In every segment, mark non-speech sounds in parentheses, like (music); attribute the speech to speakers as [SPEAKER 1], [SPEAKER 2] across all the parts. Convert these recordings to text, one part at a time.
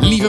[SPEAKER 1] Lieve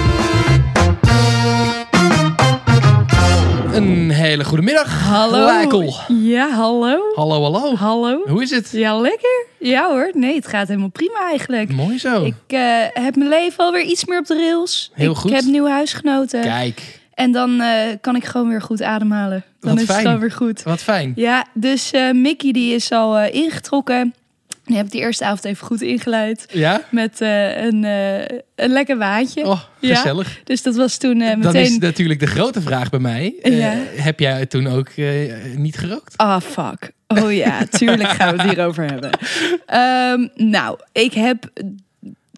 [SPEAKER 1] Een hele goede middag.
[SPEAKER 2] Hallo.
[SPEAKER 1] Leikel.
[SPEAKER 2] Ja, hallo.
[SPEAKER 1] Hallo, hallo.
[SPEAKER 2] Hallo.
[SPEAKER 1] Hoe is het?
[SPEAKER 2] Ja, lekker. Ja hoor. Nee, het gaat helemaal prima eigenlijk.
[SPEAKER 1] Mooi zo.
[SPEAKER 2] Ik eh, heb mijn leven alweer iets meer op de rails.
[SPEAKER 1] Heel
[SPEAKER 2] ik
[SPEAKER 1] goed.
[SPEAKER 2] heb nieuwe huisgenoten.
[SPEAKER 1] Kijk,
[SPEAKER 2] En dan eh, kan ik gewoon weer goed ademhalen. Dan
[SPEAKER 1] Wat
[SPEAKER 2] is
[SPEAKER 1] fijn.
[SPEAKER 2] het gewoon weer goed.
[SPEAKER 1] wat fijn.
[SPEAKER 2] Ja, dus eh, Mickey die is al eh, ingetrokken. Die heb ik de eerste avond even goed ingeleid.
[SPEAKER 1] Ja?
[SPEAKER 2] Met eh, een, eh, een lekker waantje.
[SPEAKER 1] Oh,
[SPEAKER 2] Ja.
[SPEAKER 1] gezellig.
[SPEAKER 2] Dus dat was toen eh,
[SPEAKER 1] Dan is
[SPEAKER 2] meteen...
[SPEAKER 1] natuurlijk de grote vraag bij mij. eh,
[SPEAKER 2] Ja.
[SPEAKER 1] heb jij toen ook eh, niet gerookt?
[SPEAKER 2] Ah, fuck. Oh ja, tuurlijk gaan we het hierover hebben. Ehm, nou, ik heb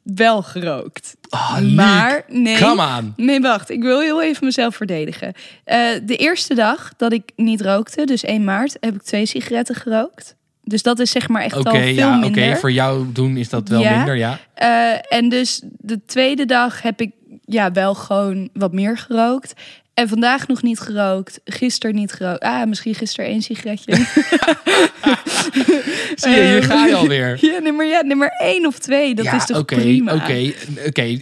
[SPEAKER 2] wel gerookt.
[SPEAKER 1] Oh,
[SPEAKER 2] maar nee.
[SPEAKER 1] Kom aan.
[SPEAKER 2] Nee, wacht. Ik wil heel even mezelf verdedigen. Eh, de eerste dag dat ik niet rookte, dus 1 maart, heb ik twee sigaretten gerookt. Dus dat is zeg maar echt
[SPEAKER 1] Oké,
[SPEAKER 2] al veel
[SPEAKER 1] ja, oké.
[SPEAKER 2] minder.
[SPEAKER 1] voor jou doen is dat wel
[SPEAKER 2] Ja.
[SPEAKER 1] minder,
[SPEAKER 2] (laughs)
[SPEAKER 1] ja.
[SPEAKER 2] Eh, en dus de tweede dag heb ik ja, wel gewoon wat meer gerookt. En vandaag nog niet gerookt. Gisteren niet gerookt. Ah, misschien gisteren één
[SPEAKER 1] (laughs)
[SPEAKER 2] sigaretje.
[SPEAKER 1] Zie je, hier
[SPEAKER 2] Eh,
[SPEAKER 1] ga je alweer.
[SPEAKER 2] (laughs) ja, nummer, ja, nummer één of twee. Dat
[SPEAKER 1] ja,
[SPEAKER 2] is toch
[SPEAKER 1] oké,
[SPEAKER 2] prima?
[SPEAKER 1] Oké, oké.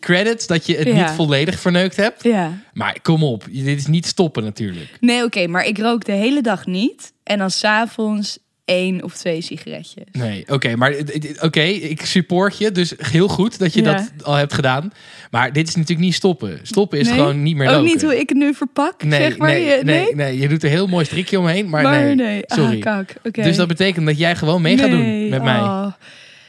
[SPEAKER 1] Credits dat je het
[SPEAKER 2] Ja.
[SPEAKER 1] niet volledig verneukt hebt.
[SPEAKER 2] Ja.
[SPEAKER 1] Maar kom op, je- dit is niet stoppen natuurlijk.
[SPEAKER 2] Nee, oké. maar ik rook de hele dag niet. En dan s'avonds één of twee sigaretjes.
[SPEAKER 1] Nee, oké, maar het- het- oké, ik support je. Dus heel goed dat je
[SPEAKER 2] Ja.
[SPEAKER 1] dat al hebt gedaan. Maar dit is natuurlijk niet stoppen. Stoppen is
[SPEAKER 2] Nee,
[SPEAKER 1] gewoon niet meer
[SPEAKER 2] Ook
[SPEAKER 1] roken.
[SPEAKER 2] niet hoe ik het nu verpak,
[SPEAKER 1] Nee,
[SPEAKER 2] zeg maar.
[SPEAKER 1] nee,
[SPEAKER 2] Je-
[SPEAKER 1] nee? nee, je doet er heel mooi strikje omheen, maar,
[SPEAKER 2] Maar
[SPEAKER 1] nee.
[SPEAKER 2] nee. Ah,
[SPEAKER 1] Sorry.
[SPEAKER 2] kak. Oké.
[SPEAKER 1] Dus dat betekent dat jij gewoon mee gaat doen
[SPEAKER 2] Nee,
[SPEAKER 1] met mij.
[SPEAKER 2] oh,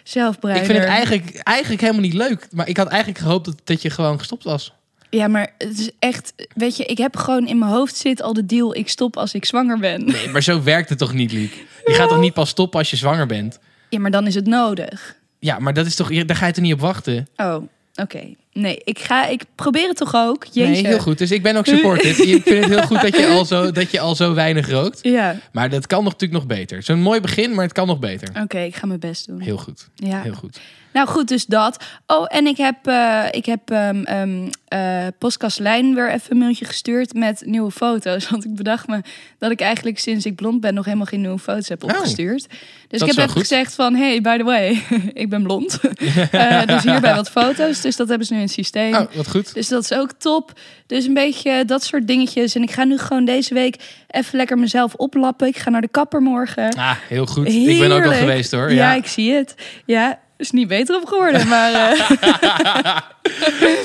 [SPEAKER 2] zelfbruiner.
[SPEAKER 1] Ik vind het eigenlijk, eigenlijk helemaal niet leuk. Maar ik had eigenlijk gehoopt dat, dat je gewoon gestopt was.
[SPEAKER 2] Ja, maar het is echt... Weet je, ik heb gewoon in mijn hoofd zit al de deal... ik stop als ik zwanger ben.
[SPEAKER 1] Nee, maar zo werkt het toch niet, Liek? Je gaat toch niet pas stoppen als je zwanger bent?
[SPEAKER 2] Ja, maar dan is het nodig.
[SPEAKER 1] Ja, maar dat is toch, daar ga je toch niet op wachten?
[SPEAKER 2] Oh, oké. Nee, ik, ga, ik probeer het toch ook? Jeetje.
[SPEAKER 1] Nee, heel goed. Dus ik ben ook supported.
[SPEAKER 2] (laughs)
[SPEAKER 1] ik vind het heel goed dat je, al zo, dat je al zo weinig rookt.
[SPEAKER 2] Ja,
[SPEAKER 1] Maar dat kan nog, natuurlijk nog beter. Zo'n mooi begin, maar het kan nog beter.
[SPEAKER 2] oké, ik ga mijn best doen.
[SPEAKER 1] Heel goed.
[SPEAKER 2] ja.
[SPEAKER 1] Heel goed.
[SPEAKER 2] Nou goed, dus dat. Oh, en ik heb, eh ik heb ehm ehm, eh, Podcast Lijn weer even een mailtje gestuurd met nieuwe foto's. (laughs) Want ik bedacht me dat ik eigenlijk sinds ik blond ben nog helemaal geen nieuwe foto's heb opgestuurd. Dus
[SPEAKER 1] Oh, is
[SPEAKER 2] ik heb
[SPEAKER 1] wel
[SPEAKER 2] even
[SPEAKER 1] goed.
[SPEAKER 2] gezegd van, hey, by the way, (laughs) ik ben blond. Eh, dus hierbij wat foto's. Dus dat hebben ze nu in het systeem.
[SPEAKER 1] Oh, wat goed.
[SPEAKER 2] Dus dat is ook top. Dus een beetje dat soort dingetjes. En ik ga nu gewoon deze week even lekker mezelf oplappen. Ik ga naar de kapper morgen.
[SPEAKER 1] Ah, heel goed. Ik ben ook al
[SPEAKER 2] Heerlijk.
[SPEAKER 1] geweest hoor.
[SPEAKER 2] Ja,
[SPEAKER 1] Ja,
[SPEAKER 2] ik zie het. Ja, is niet beter op geworden,
[SPEAKER 1] (laughs)
[SPEAKER 2] maar... eh,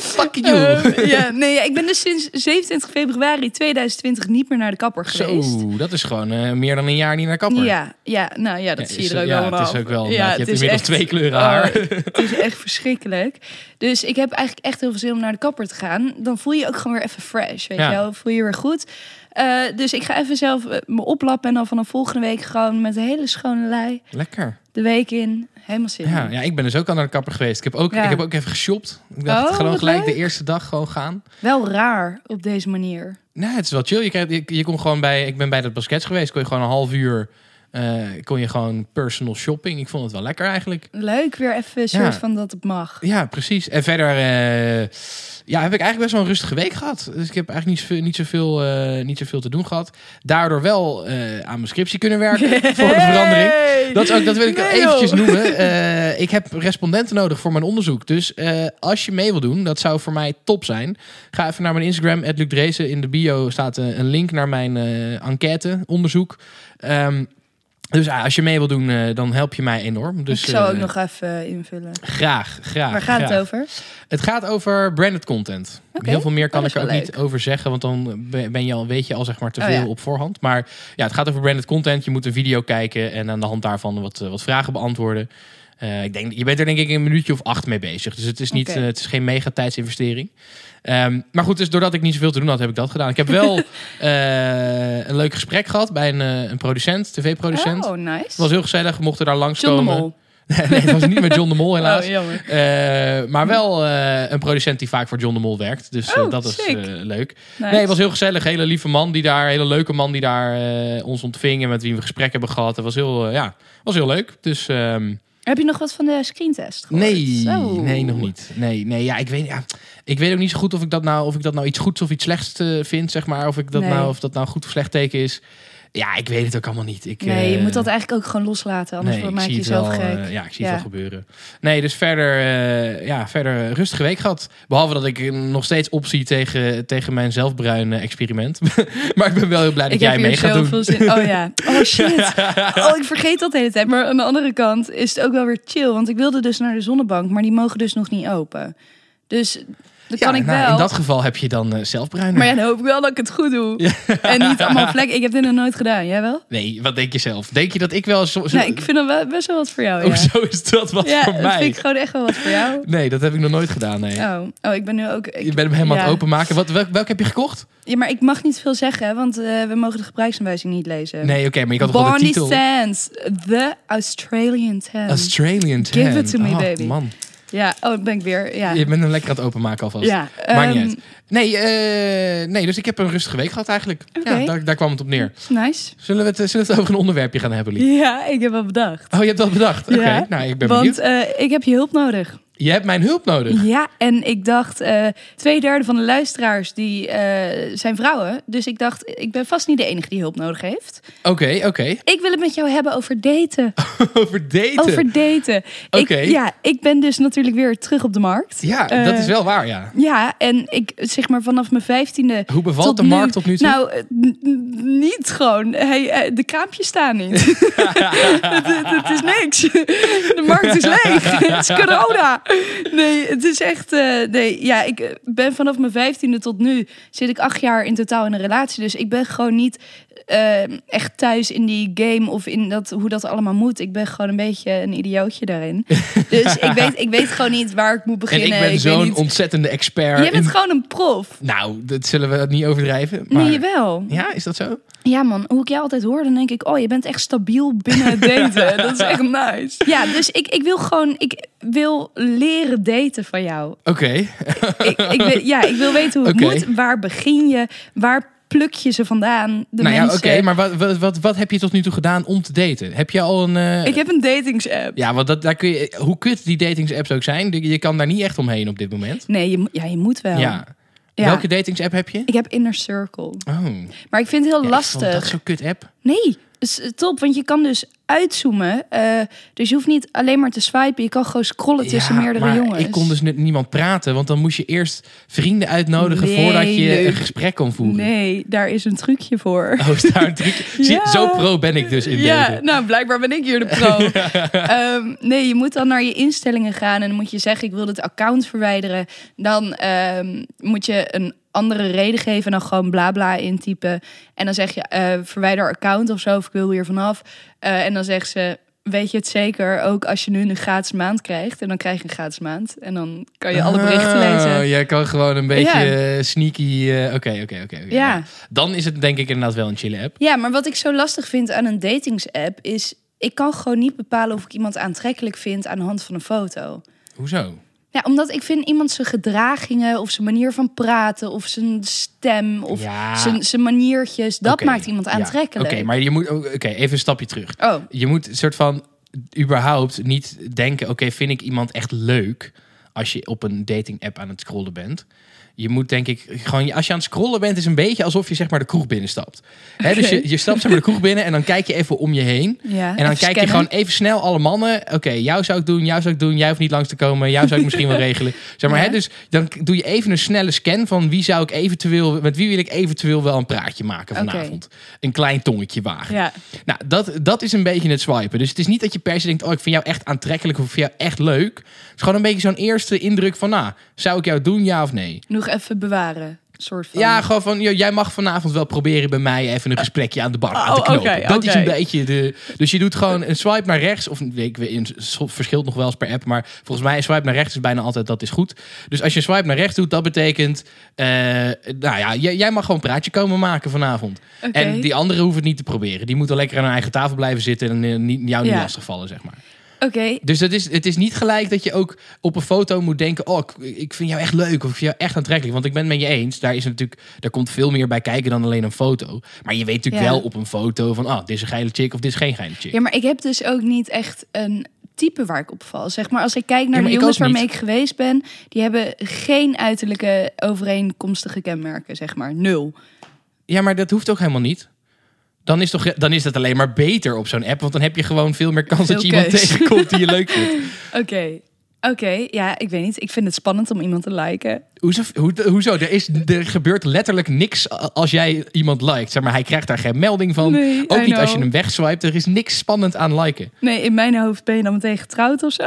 [SPEAKER 1] Fuck you.
[SPEAKER 2] ehm, (laughs) ja, nee, ja, ik ben dus sinds 27 februari 2020 niet meer naar de kapper geweest.
[SPEAKER 1] Zo, dat is gewoon eh, meer dan een jaar niet naar kapper.
[SPEAKER 2] Ja, ja, nou ja, dat
[SPEAKER 1] Ja,
[SPEAKER 2] zie
[SPEAKER 1] is-
[SPEAKER 2] je er ook
[SPEAKER 1] ja,
[SPEAKER 2] allemaal
[SPEAKER 1] het is
[SPEAKER 2] af.
[SPEAKER 1] ook wel,
[SPEAKER 2] Ja,
[SPEAKER 1] je hebt
[SPEAKER 2] het is
[SPEAKER 1] inmiddels
[SPEAKER 2] echt-
[SPEAKER 1] twee kleuren
[SPEAKER 2] oh,
[SPEAKER 1] haar.
[SPEAKER 2] het is echt verschrikkelijk. Dus ik heb eigenlijk echt heel veel zin om naar de kapper te gaan. Dan voel je je ook gewoon weer even fresh, weet
[SPEAKER 1] Ja.
[SPEAKER 2] je wel. Voel je je weer goed. Eh, dus ik ga even zelf eh, me oplappen en dan vanaf volgende week gewoon met een hele schone lei
[SPEAKER 1] Lekker.
[SPEAKER 2] de week in. Helemaal zin. in.
[SPEAKER 1] Ja, ja, ik ben dus ook al naar de kapper geweest. Ik heb ook,
[SPEAKER 2] Ja.
[SPEAKER 1] ik heb ook even geshopt. Ik dacht
[SPEAKER 2] Oh,
[SPEAKER 1] gewoon
[SPEAKER 2] wat
[SPEAKER 1] gelijk de
[SPEAKER 2] leuk.
[SPEAKER 1] eerste dag gewoon gaan.
[SPEAKER 2] Wel raar op deze manier.
[SPEAKER 1] Nou, het is wel chill. Je, krijgt, je, je kon gewoon bij, ik ben bij dat basket geweest. Kon je gewoon een half uur, eh, kon je gewoon personal shopping. Ik vond het wel lekker eigenlijk.
[SPEAKER 2] Leuk, weer even een soort
[SPEAKER 1] Ja.
[SPEAKER 2] van dat het mag.
[SPEAKER 1] Ja, precies. En verder eh, ja, heb ik eigenlijk best wel een rustige week gehad. Dus ik heb eigenlijk niet zoveel, niet zoveel, eh, niet zoveel te doen gehad. Daardoor wel eh, aan mijn scriptie kunnen
[SPEAKER 2] (laughs)
[SPEAKER 1] werken voor de verandering.
[SPEAKER 2] Hey!
[SPEAKER 1] Dat, is ook, dat wil ik
[SPEAKER 2] Nee,
[SPEAKER 1] eventjes
[SPEAKER 2] joh.
[SPEAKER 1] noemen. Eh, ik heb respondenten nodig voor mijn onderzoek. Dus eh, als je mee wil doen, dat zou voor mij top zijn. Ga even naar mijn Instagram, Luc Dreesen. In de bio staat eh, een link naar mijn eh, enquête, onderzoek. Ehm, dus ah, als je mee wil doen, eh, dan help je mij enorm. Dus,
[SPEAKER 2] ik zou ook
[SPEAKER 1] eh,
[SPEAKER 2] nog even invullen.
[SPEAKER 1] Graag, graag.
[SPEAKER 2] Waar gaat
[SPEAKER 1] graag.
[SPEAKER 2] het over?
[SPEAKER 1] Het gaat over branded content.
[SPEAKER 2] Oké, oh,
[SPEAKER 1] Heel veel meer kan
[SPEAKER 2] dat
[SPEAKER 1] ik
[SPEAKER 2] is
[SPEAKER 1] er ook
[SPEAKER 2] wel
[SPEAKER 1] niet over zeggen, want dan ben ben je al, weet je al zeg maar te
[SPEAKER 2] Oh,
[SPEAKER 1] veel
[SPEAKER 2] ja.
[SPEAKER 1] op voorhand. Maar ja, het gaat over branded content. Je moet een video kijken en aan de hand daarvan wat, eh, wat vragen beantwoorden. Eh, ik denk, je bent er denk ik een minuutje of acht mee bezig. Dus het is, niet,
[SPEAKER 2] Oké.
[SPEAKER 1] eh, het is geen mega tijdsinvestering. Ehm, maar goed, dus doordat ik niet zoveel te doen had, heb ik dat gedaan. Ik heb
[SPEAKER 2] (laughs)
[SPEAKER 1] wel eh, een leuk gesprek gehad bij een, eh, een producent, tv-producent.
[SPEAKER 2] Oh, nice.
[SPEAKER 1] Het was heel gezellig, we mochten daar
[SPEAKER 2] John de
[SPEAKER 1] langskomen.
[SPEAKER 2] Mol.
[SPEAKER 1] (laughs) nee, het was niet met John de
[SPEAKER 2] (laughs)
[SPEAKER 1] Mol helaas.
[SPEAKER 2] Oh, jammer.
[SPEAKER 1] Eh, maar wel eh, een producent die vaak voor John de Mol werkt. Dus eh,
[SPEAKER 2] Oh,
[SPEAKER 1] dat is
[SPEAKER 2] sick.
[SPEAKER 1] eh, leuk.
[SPEAKER 2] Nice.
[SPEAKER 1] Nee, het was heel gezellig. Hele lieve man die daar, hele leuke man die daar eh, ons ontving en met wie we gesprek hebben gehad. Het was heel, eh, ja, was heel leuk. Dus ehm,
[SPEAKER 2] Heb je nog wat van de screentest gehoord?
[SPEAKER 1] nee,
[SPEAKER 2] Zo.
[SPEAKER 1] nee, nog niet. Nee, nee, ja, ik weet, ja, ik weet ook niet zo goed of ik dat nou, of ik dat nou iets goeds of iets slechts eh, vind, zeg maar. Of ik dat
[SPEAKER 2] Nee.
[SPEAKER 1] nou, of dat nou een goed of slecht teken is. Ja, ik weet het ook allemaal niet. Ik,
[SPEAKER 2] Nee, je
[SPEAKER 1] eh,
[SPEAKER 2] moet dat eigenlijk ook gewoon loslaten, anders
[SPEAKER 1] nee, ik
[SPEAKER 2] maak je
[SPEAKER 1] zie het
[SPEAKER 2] jezelf
[SPEAKER 1] wel,
[SPEAKER 2] gek.
[SPEAKER 1] eh, ja, ik zie
[SPEAKER 2] Ja.
[SPEAKER 1] het wel gebeuren. Nee, dus verder, eh, ja, verder rustige week gehad. Behalve dat ik nog steeds optie tegen, tegen mijn zelfbruine experiment. (laughs) maar ik ben wel heel blij dat
[SPEAKER 2] ik
[SPEAKER 1] jij
[SPEAKER 2] heb
[SPEAKER 1] mee
[SPEAKER 2] hier
[SPEAKER 1] gaat
[SPEAKER 2] zoveel
[SPEAKER 1] doen.
[SPEAKER 2] zin. Oh
[SPEAKER 1] (laughs)
[SPEAKER 2] ja. Oh shit. Oh, ik vergeet dat de hele tijd. Maar aan de andere kant is het ook wel weer chill. Want ik wilde dus naar de zonnebank, maar die mogen dus nog niet open. Dus dan kan
[SPEAKER 1] Ja,
[SPEAKER 2] ik
[SPEAKER 1] nou,
[SPEAKER 2] wel.
[SPEAKER 1] In dat geval heb je dan eh zelfbruine.
[SPEAKER 2] Maar ja, dan hoop ik wel dat ik het goed doe. En niet allemaal vlek. Ik heb dit nog nooit gedaan. Jij wel?
[SPEAKER 1] Nee, wat denk je zelf? Denk je dat ik wel... Zo, zo-
[SPEAKER 2] Nee, ik vind dat wel best wel wat voor jou. Ja,
[SPEAKER 1] Hoezo is dat wat
[SPEAKER 2] ja
[SPEAKER 1] voor
[SPEAKER 2] dat
[SPEAKER 1] mij?
[SPEAKER 2] vind ik gewoon echt wel wat voor jou.
[SPEAKER 1] Nee, dat heb ik nog nooit gedaan, nee.
[SPEAKER 2] Oh, oh ik ben nu ook... ik-
[SPEAKER 1] Je bent hem helemaal
[SPEAKER 2] ja.
[SPEAKER 1] aan het openmaken. Wat, welk, welk heb je gekocht?
[SPEAKER 2] Ja, maar ik mag niet veel zeggen, want eh, we mogen de gebruiksaanwijzing niet lezen.
[SPEAKER 1] Nee, oké, maar je kan toch wel de
[SPEAKER 2] Barney
[SPEAKER 1] titel...
[SPEAKER 2] Sands, The Australian Tan.
[SPEAKER 1] Australian
[SPEAKER 2] Give
[SPEAKER 1] Tan.
[SPEAKER 2] it to me,
[SPEAKER 1] Oh,
[SPEAKER 2] baby.
[SPEAKER 1] man.
[SPEAKER 2] ja, oh, dat ben ik weer. Ja,
[SPEAKER 1] Je bent hem lekker aan het openmaken alvast.
[SPEAKER 2] ja
[SPEAKER 1] Maakt niet
[SPEAKER 2] ehm,
[SPEAKER 1] uit. Nee, eh, nee, dus ik heb een rustige week gehad eigenlijk.
[SPEAKER 2] Oké.
[SPEAKER 1] Ja, daar, daar kwam het op neer.
[SPEAKER 2] Nice.
[SPEAKER 1] Zullen we het, eh, zullen we het over een onderwerpje gaan hebben, Lief?
[SPEAKER 2] Ja, ik heb wat bedacht.
[SPEAKER 1] Oh, je hebt dat bedacht? Oké,
[SPEAKER 2] Ja,
[SPEAKER 1] nou, ik ben
[SPEAKER 2] Want
[SPEAKER 1] benieuwd.
[SPEAKER 2] eh, ik heb je hulp nodig.
[SPEAKER 1] Je hebt mijn hulp
[SPEAKER 2] (laughs)
[SPEAKER 1] nodig.
[SPEAKER 2] Ja, en ik dacht, eh, twee derde van de luisteraars die, eh, zijn vrouwen. Dus ik dacht, ik ben vast niet de enige die hulp nodig heeft.
[SPEAKER 1] Oké, oké. (laughs)
[SPEAKER 2] Ik wil het met jou hebben over daten.
[SPEAKER 1] over daten.
[SPEAKER 2] Over daten.
[SPEAKER 1] Oké.
[SPEAKER 2] Ik, ja, ik ben dus natuurlijk weer terug op de markt.
[SPEAKER 1] Ja,
[SPEAKER 2] Eh,
[SPEAKER 1] dat is wel waar, ja.
[SPEAKER 2] Ja, en ik zeg maar vanaf mijn vijftiende.
[SPEAKER 1] Hoe bevalt
[SPEAKER 2] tot
[SPEAKER 1] de markt tot nu toe?
[SPEAKER 2] Nou, eh, n- n- niet gewoon. Hij, eh, de kraampjes staan niet.
[SPEAKER 1] (laughs)
[SPEAKER 2] het, het- het is niks. De markt is leeg. het is corona. Nee, het is echt. eh, nee, ja, ik eh, ben vanaf mijn vijftiende tot nu zit ik acht jaar in totaal in een relatie. Dus ik ben gewoon niet eh, echt thuis in die game of in dat, hoe dat allemaal moet. Ik ben gewoon een beetje een idiootje daarin. dus ik weet, ik weet gewoon niet waar eh, ik moet
[SPEAKER 1] En
[SPEAKER 2] beginnen.
[SPEAKER 1] ik ben
[SPEAKER 2] weet
[SPEAKER 1] zo'n
[SPEAKER 2] niet-
[SPEAKER 1] ontzettende expert.
[SPEAKER 2] Jij bent
[SPEAKER 1] in-
[SPEAKER 2] gewoon een prof.
[SPEAKER 1] Nou, dat zullen we niet overdrijven. Maar...
[SPEAKER 2] Nee, jawel. Ja.
[SPEAKER 1] Ja, is dat zo?
[SPEAKER 2] man. Hoe ik jou altijd hoor, dan denk ik... Oh, je bent echt stabiel binnen (laughs) het daten. Dat is echt nice. Ja, dus ik, ik wil gewoon... Ik wil leren daten van jou.
[SPEAKER 1] Oké.
[SPEAKER 2] Ik, ik, wil- ja, ik wil weten hoe het
[SPEAKER 1] Oké.
[SPEAKER 2] moet. Waar begin je? Waar pluk je ze vandaan? De
[SPEAKER 1] Nou ja, oké,
[SPEAKER 2] mensen.
[SPEAKER 1] maar wat, wat, wat, wat heb je tot nu toe gedaan om te daten? Heb je al een... eh,
[SPEAKER 2] Ik heb een datingsapp.
[SPEAKER 1] Ja, want dat, daar kun je, hoe kut die datingsapps ook zijn, je je kan daar niet echt omheen op dit moment.
[SPEAKER 2] Nee, je, mo- ja, je moet wel.
[SPEAKER 1] Ja.
[SPEAKER 2] Ja.
[SPEAKER 1] Welke datingsapp heb je?
[SPEAKER 2] Ik heb Inner Circle.
[SPEAKER 1] Oh,
[SPEAKER 2] Maar ik vind het heel
[SPEAKER 1] Ja, ik vond
[SPEAKER 2] lastig.
[SPEAKER 1] Dat is zo'n kut app.
[SPEAKER 2] Nee, is eh, top. Want je kan dus uitzoomen. eh, dus je hoeft niet alleen maar te swipen. Je kan gewoon scrollen tussen
[SPEAKER 1] Ja,
[SPEAKER 2] meerdere
[SPEAKER 1] maar
[SPEAKER 2] jongens.
[SPEAKER 1] Ik kon dus met niemand praten, want dan moest je eerst vrienden uitnodigen
[SPEAKER 2] Nee,
[SPEAKER 1] voordat je
[SPEAKER 2] leuk.
[SPEAKER 1] een gesprek kon voeren.
[SPEAKER 2] Nee, daar is een trucje voor.
[SPEAKER 1] (laughs) Oh, is daar
[SPEAKER 2] (laughs)
[SPEAKER 1] een trucje? Zie,
[SPEAKER 2] Ja.
[SPEAKER 1] Zo pro ben ik dus in
[SPEAKER 2] (laughs) Ja,
[SPEAKER 1] daten.
[SPEAKER 2] nou blijkbaar ben ik hier de
[SPEAKER 1] (laughs)
[SPEAKER 2] pro. Ehm, nee, je moet dan naar je instellingen gaan en dan moet je zeggen: ik wil dit account verwijderen. Dan ehm, moet je een andere reden geven dan gewoon bla bla intypen. En dan zeg je: eh, verwijder account of zo, of ik wil hier vanaf. Eh, en dan zegt ze. Weet je het zeker, ook als je nu een gratis maand krijgt. En dan krijg je een gratis maand. En dan kan je alle berichten lezen.
[SPEAKER 1] Oh, Ah, jij kan gewoon een beetje
[SPEAKER 2] Ja.
[SPEAKER 1] eh, sneaky... eh, Oké, oké, oké. oké.
[SPEAKER 2] Ja.
[SPEAKER 1] Dan is het denk ik inderdaad wel een chille app.
[SPEAKER 2] Ja, maar wat ik zo lastig vind aan een datingsapp is... ik kan gewoon niet bepalen of ik iemand aantrekkelijk vind aan de hand van een foto.
[SPEAKER 1] Hoezo?
[SPEAKER 2] Ja, omdat ik vind iemand zijn gedragingen of zijn manier van praten... of zijn stem of
[SPEAKER 1] Ja.
[SPEAKER 2] zijn, zijn maniertjes, dat
[SPEAKER 1] Oké,
[SPEAKER 2] maakt iemand
[SPEAKER 1] ja.
[SPEAKER 2] aantrekkelijk.
[SPEAKER 1] Oké, maar je moet... oh, Oké, even een stapje terug.
[SPEAKER 2] Oh,
[SPEAKER 1] je moet een soort van überhaupt niet denken: oké, vind ik iemand echt leuk als je op een dating app aan het scrollen bent. Je moet denk ik gewoon, als je aan het scrollen bent, is een beetje alsof je zeg maar de kroeg binnenstapt. Hè, dus
[SPEAKER 2] Oké.
[SPEAKER 1] je, je stapt zeg maar de kroeg binnen en dan kijk je even om je heen.
[SPEAKER 2] ja.
[SPEAKER 1] En dan kijk je gewoon even snel alle mannen. Oké, jou zou ik doen, jou zou ik doen, jij hoeft niet langs te komen, jou zou ik misschien
[SPEAKER 2] (laughs)
[SPEAKER 1] wel regelen. Zeg maar,
[SPEAKER 2] Ja.
[SPEAKER 1] hè, dus dan k- doe je even een snelle scan van wie zou ik eventueel, met wie wil ik eventueel wel een praatje maken
[SPEAKER 2] Oké.
[SPEAKER 1] vanavond. Een klein tongetje wagen.
[SPEAKER 2] Ja,
[SPEAKER 1] Nou, dat, dat is een beetje het swipen. Dus het is niet dat je per se denkt, oh, ik vind jou echt aantrekkelijk of ik vind jou echt leuk. Het is gewoon een beetje zo'n eerste indruk van, nou, zou ik jou doen, ja of nee?
[SPEAKER 2] nog even bewaren, soort van.
[SPEAKER 1] Ja, gewoon van, joh, jij mag vanavond wel proberen bij mij even een gesprekje aan de bar aan te
[SPEAKER 2] Oh, oké,
[SPEAKER 1] knopen. dat is een
[SPEAKER 2] oké.
[SPEAKER 1] beetje de... Dus je doet gewoon een swipe naar rechts, of ik weet, het verschilt nog wel eens per app, maar volgens mij een swipe naar rechts is bijna altijd, dat is goed. Dus als je een swipe naar rechts doet, dat betekent, eh, nou ja, jij, jij mag gewoon een praatje komen maken vanavond.
[SPEAKER 2] Oké.
[SPEAKER 1] En die anderen hoeven het niet te proberen. Die moeten lekker aan hun eigen tafel blijven zitten en eh, niet, jou niet
[SPEAKER 2] Ja.
[SPEAKER 1] lastigvallen, zeg maar.
[SPEAKER 2] Oké,
[SPEAKER 1] Dus dat is, het is niet gelijk dat je ook op een foto moet denken... oh, ik, ik vind jou echt leuk of ik vind jou echt aantrekkelijk. Want ik ben het met je eens. Daar, is natuurlijk, daar komt veel meer bij kijken dan alleen een foto. Maar je weet natuurlijk
[SPEAKER 2] Ja.
[SPEAKER 1] wel op een foto van... ah, dit is een geile chick of dit is geen geile chick.
[SPEAKER 2] ja, maar ik heb dus ook niet echt een type waar ik op val. Zeg maar als ik kijk naar
[SPEAKER 1] maar
[SPEAKER 2] de
[SPEAKER 1] ik
[SPEAKER 2] jongens
[SPEAKER 1] ook niet.
[SPEAKER 2] waarmee ik geweest ben, die hebben geen uiterlijke overeenkomstige kenmerken, zeg maar nul.
[SPEAKER 1] Ja, maar dat hoeft ook helemaal niet. Dan is, toch, dan is dat alleen maar beter op zo'n app. Want dan heb je gewoon veel meer kans dat je
[SPEAKER 2] Veel
[SPEAKER 1] iemand
[SPEAKER 2] keus.
[SPEAKER 1] tegenkomt die je
[SPEAKER 2] (laughs)
[SPEAKER 1] leuk vindt.
[SPEAKER 2] Oké, oké, ja, ik weet niet. Ik vind het spannend om iemand te liken.
[SPEAKER 1] Hoezo? hoe- hoezo? Er, is, er gebeurt letterlijk niks a- als jij iemand liked. Zeg maar, hij krijgt daar geen melding van.
[SPEAKER 2] Nee, I
[SPEAKER 1] ook niet als je
[SPEAKER 2] know.
[SPEAKER 1] hem wegswipt. Er is niks spannend aan liken.
[SPEAKER 2] Nee, in mijn hoofd ben je dan meteen getrouwd of
[SPEAKER 1] (laughs)
[SPEAKER 2] zo.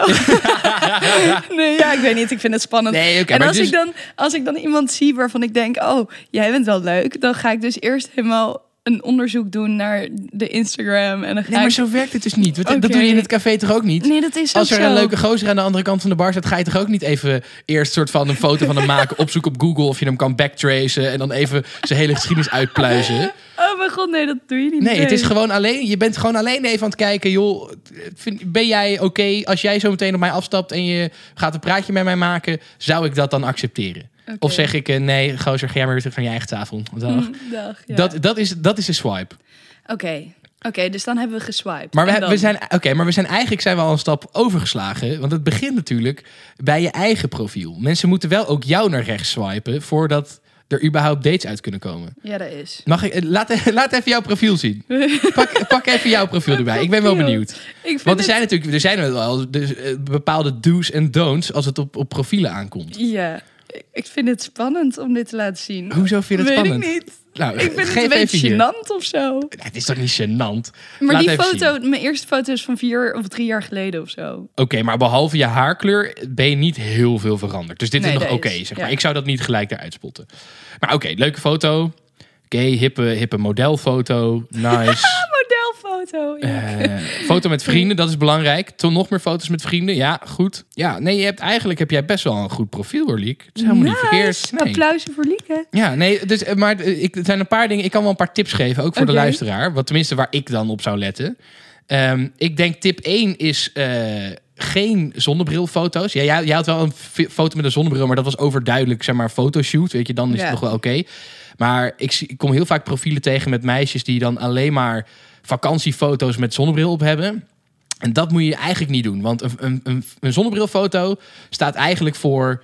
[SPEAKER 2] nee, ja, ik weet niet. Ik vind het spannend.
[SPEAKER 1] Nee, oké,
[SPEAKER 2] en
[SPEAKER 1] maar dus
[SPEAKER 2] als,
[SPEAKER 1] het
[SPEAKER 2] ik
[SPEAKER 1] is-
[SPEAKER 2] dan, als ik dan iemand zie waarvan ik denk, oh, jij bent wel leuk, dan ga ik dus eerst helemaal een onderzoek doen naar de Instagram en dan ga
[SPEAKER 1] Nee, maar
[SPEAKER 2] ik-
[SPEAKER 1] zo werkt het dus niet. Want Dat
[SPEAKER 2] Oké.
[SPEAKER 1] doe je in het café toch ook niet?
[SPEAKER 2] Nee, dat is
[SPEAKER 1] Als
[SPEAKER 2] ook
[SPEAKER 1] er
[SPEAKER 2] zo.
[SPEAKER 1] een leuke gozer aan de andere kant van de bar staat, ga je toch ook niet even eerst soort van een foto van hem
[SPEAKER 2] (laughs)
[SPEAKER 1] maken, opzoeken op Google of je hem kan backtracen en dan even zijn hele geschiedenis uitpluizen.
[SPEAKER 2] Oh mijn god, nee, dat doe je niet.
[SPEAKER 1] Nee, het is gewoon alleen. Je bent gewoon alleen even aan het kijken, joh. vind- ben jij oké als jij zo meteen op mij afstapt en je gaat een praatje met mij maken? Zou ik dat dan accepteren?
[SPEAKER 2] Oké.
[SPEAKER 1] Of zeg ik, eh, nee, gozer, ga jij maar weer terug naar je eigen tafel. Dag.
[SPEAKER 2] Mm, dag, ja.
[SPEAKER 1] Dat, dat, is, dat is een swipe.
[SPEAKER 2] Oké, oké, dus dan hebben we geswiped.
[SPEAKER 1] Maar we,
[SPEAKER 2] En
[SPEAKER 1] he-
[SPEAKER 2] dan-
[SPEAKER 1] we zijn, oké, maar we zijn eigenlijk zijn we al een stap overgeslagen. Want het begint natuurlijk bij je eigen profiel. Mensen moeten wel ook jou naar rechts swipen voordat er überhaupt dates uit kunnen komen.
[SPEAKER 2] Ja, dat is.
[SPEAKER 1] Mag ik, eh, laat, eh, (laughs) laat even jouw profiel
[SPEAKER 2] (laughs)
[SPEAKER 1] zien. Pak, pak even jouw profiel erbij. Ik ben wel benieuwd.
[SPEAKER 2] Ik vind
[SPEAKER 1] Want er
[SPEAKER 2] het-
[SPEAKER 1] zijn natuurlijk er zijn wel dus, eh, bepaalde do's en don'ts als het op, op profielen aankomt.
[SPEAKER 2] Ja, ik- ik vind het spannend om dit te laten zien.
[SPEAKER 1] Hoezo vind je dat
[SPEAKER 2] Weet
[SPEAKER 1] spannend?
[SPEAKER 2] ik niet.
[SPEAKER 1] Nou,
[SPEAKER 2] Ik
[SPEAKER 1] geef
[SPEAKER 2] vind het een beetje
[SPEAKER 1] even hier.
[SPEAKER 2] gênant of zo.
[SPEAKER 1] Nee, het is toch niet gênant?
[SPEAKER 2] Maar
[SPEAKER 1] Laat
[SPEAKER 2] die
[SPEAKER 1] even zien.
[SPEAKER 2] foto, mijn eerste foto is van vier of drie jaar geleden of zo.
[SPEAKER 1] Oké, maar behalve je haarkleur ben je niet heel veel veranderd. Dus dit
[SPEAKER 2] Nee,
[SPEAKER 1] is nog
[SPEAKER 2] dat
[SPEAKER 1] oké,
[SPEAKER 2] is-
[SPEAKER 1] zeg maar.
[SPEAKER 2] ja.
[SPEAKER 1] Ik zou dat niet gelijk eruit spotten. Maar oké, leuke foto. Oké, hippe, hippe modelfoto. Nice.
[SPEAKER 2] (laughs) Modelfoto. ja.
[SPEAKER 1] Eh, foto met vrienden, dat is belangrijk. Toen nog meer foto's met vrienden. Ja, goed. Ja, nee, je hebt, eigenlijk heb jij best wel een goed profiel hoor, Liek. Het is helemaal niet
[SPEAKER 2] Nice.
[SPEAKER 1] verkeerd. Nee.
[SPEAKER 2] Applausje voor Lieke.
[SPEAKER 1] Ja, nee, dus, eh, maar eh, ik, er zijn een paar dingen. Ik kan wel een paar tips geven, ook voor de
[SPEAKER 2] Oké.
[SPEAKER 1] luisteraar. Wat tenminste waar ik dan op zou letten. Ehm, ik denk tip 1 is eh, geen zonnebrilfoto's. Ja, jij, jij had wel een fi- foto met een zonnebril, maar dat was overduidelijk, zeg maar, een fotoshoot. Weet je, dan is
[SPEAKER 2] Ja.
[SPEAKER 1] het nog wel oké. Maar ik, zie- ik kom heel vaak profielen tegen met meisjes die dan alleen maar vakantiefoto's met zonnebril op hebben. En dat moet je eigenlijk niet doen, want een, een, een, een zonnebrilfoto staat eigenlijk voor.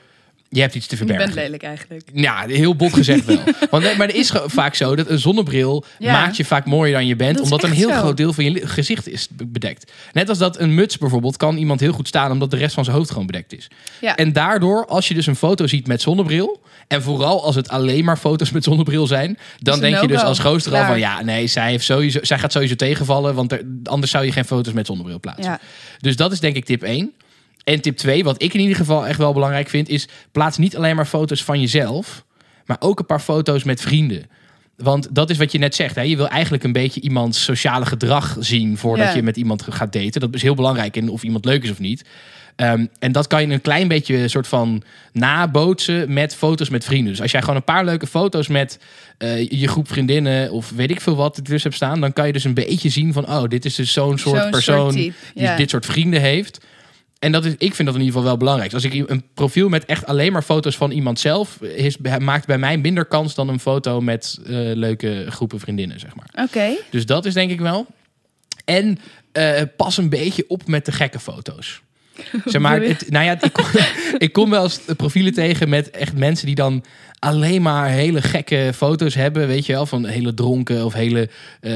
[SPEAKER 1] Je hebt iets te
[SPEAKER 2] Je
[SPEAKER 1] verbergen.
[SPEAKER 2] bent lelijk eigenlijk.
[SPEAKER 1] Ja, heel bot gezegd
[SPEAKER 2] (laughs)
[SPEAKER 1] wel. Want, nee, maar er is ge- vaak zo dat een zonnebril
[SPEAKER 2] Ja.
[SPEAKER 1] maakt je vaak mooier dan je bent.
[SPEAKER 2] Dat is
[SPEAKER 1] omdat een
[SPEAKER 2] echt
[SPEAKER 1] heel
[SPEAKER 2] zo.
[SPEAKER 1] groot deel van je li- gezicht is be- bedekt. Net als dat een muts bijvoorbeeld kan iemand heel goed staan omdat de rest van zijn hoofd gewoon bedekt is.
[SPEAKER 2] Ja.
[SPEAKER 1] En daardoor, als je dus een foto ziet met zonnebril. En vooral als het alleen maar foto's met zonnebril zijn. Dan
[SPEAKER 2] een
[SPEAKER 1] denk je dus
[SPEAKER 2] no-go.
[SPEAKER 1] als rooster al van
[SPEAKER 2] Klaar.
[SPEAKER 1] ja, nee, zij, heeft sowieso, zij gaat sowieso tegenvallen. Want er- anders zou je geen foto's met zonnebril plaatsen.
[SPEAKER 2] Ja.
[SPEAKER 1] Dus dat is denk ik tip 1. En tip 2, wat ik in ieder geval echt wel belangrijk vind, is plaats niet alleen maar foto's van jezelf, maar ook een paar foto's met vrienden. Want dat is wat je net zegt. Hè? Je wil eigenlijk een beetje iemands sociale gedrag zien voordat
[SPEAKER 2] Ja.
[SPEAKER 1] je met iemand gaat daten. Dat is heel belangrijk in of iemand leuk is of niet. Ehm, en dat kan je een klein beetje soort van nabootsen met foto's met vrienden. Dus als jij gewoon een paar leuke foto's met eh, je groep vriendinnen of weet ik veel wat er dus hebt staan, dan kan je dus een beetje zien van, oh, dit is dus zo'n soort
[SPEAKER 2] Zo'n soort
[SPEAKER 1] persoon
[SPEAKER 2] type,
[SPEAKER 1] die
[SPEAKER 2] ja.
[SPEAKER 1] dit soort vrienden heeft. En dat is, ik vind dat in ieder geval wel belangrijk. Dus Als ik i- een profiel met echt alleen maar foto's van iemand zelf, is, maakt bij mij minder kans dan een foto met eh, leuke groepen vriendinnen, zeg maar.
[SPEAKER 2] Oké.
[SPEAKER 1] Dus dat is denk ik wel. En eh, pas een beetje op met de gekke
[SPEAKER 2] (laughs)
[SPEAKER 1] foto's. Zeg maar,
[SPEAKER 2] bedoel je?
[SPEAKER 1] het, nou ja, ik kom, (laughs) ik kom wel eens profielen tegen met echt mensen die dan alleen maar hele gekke foto's hebben. Weet je wel, van hele dronken of hele eh,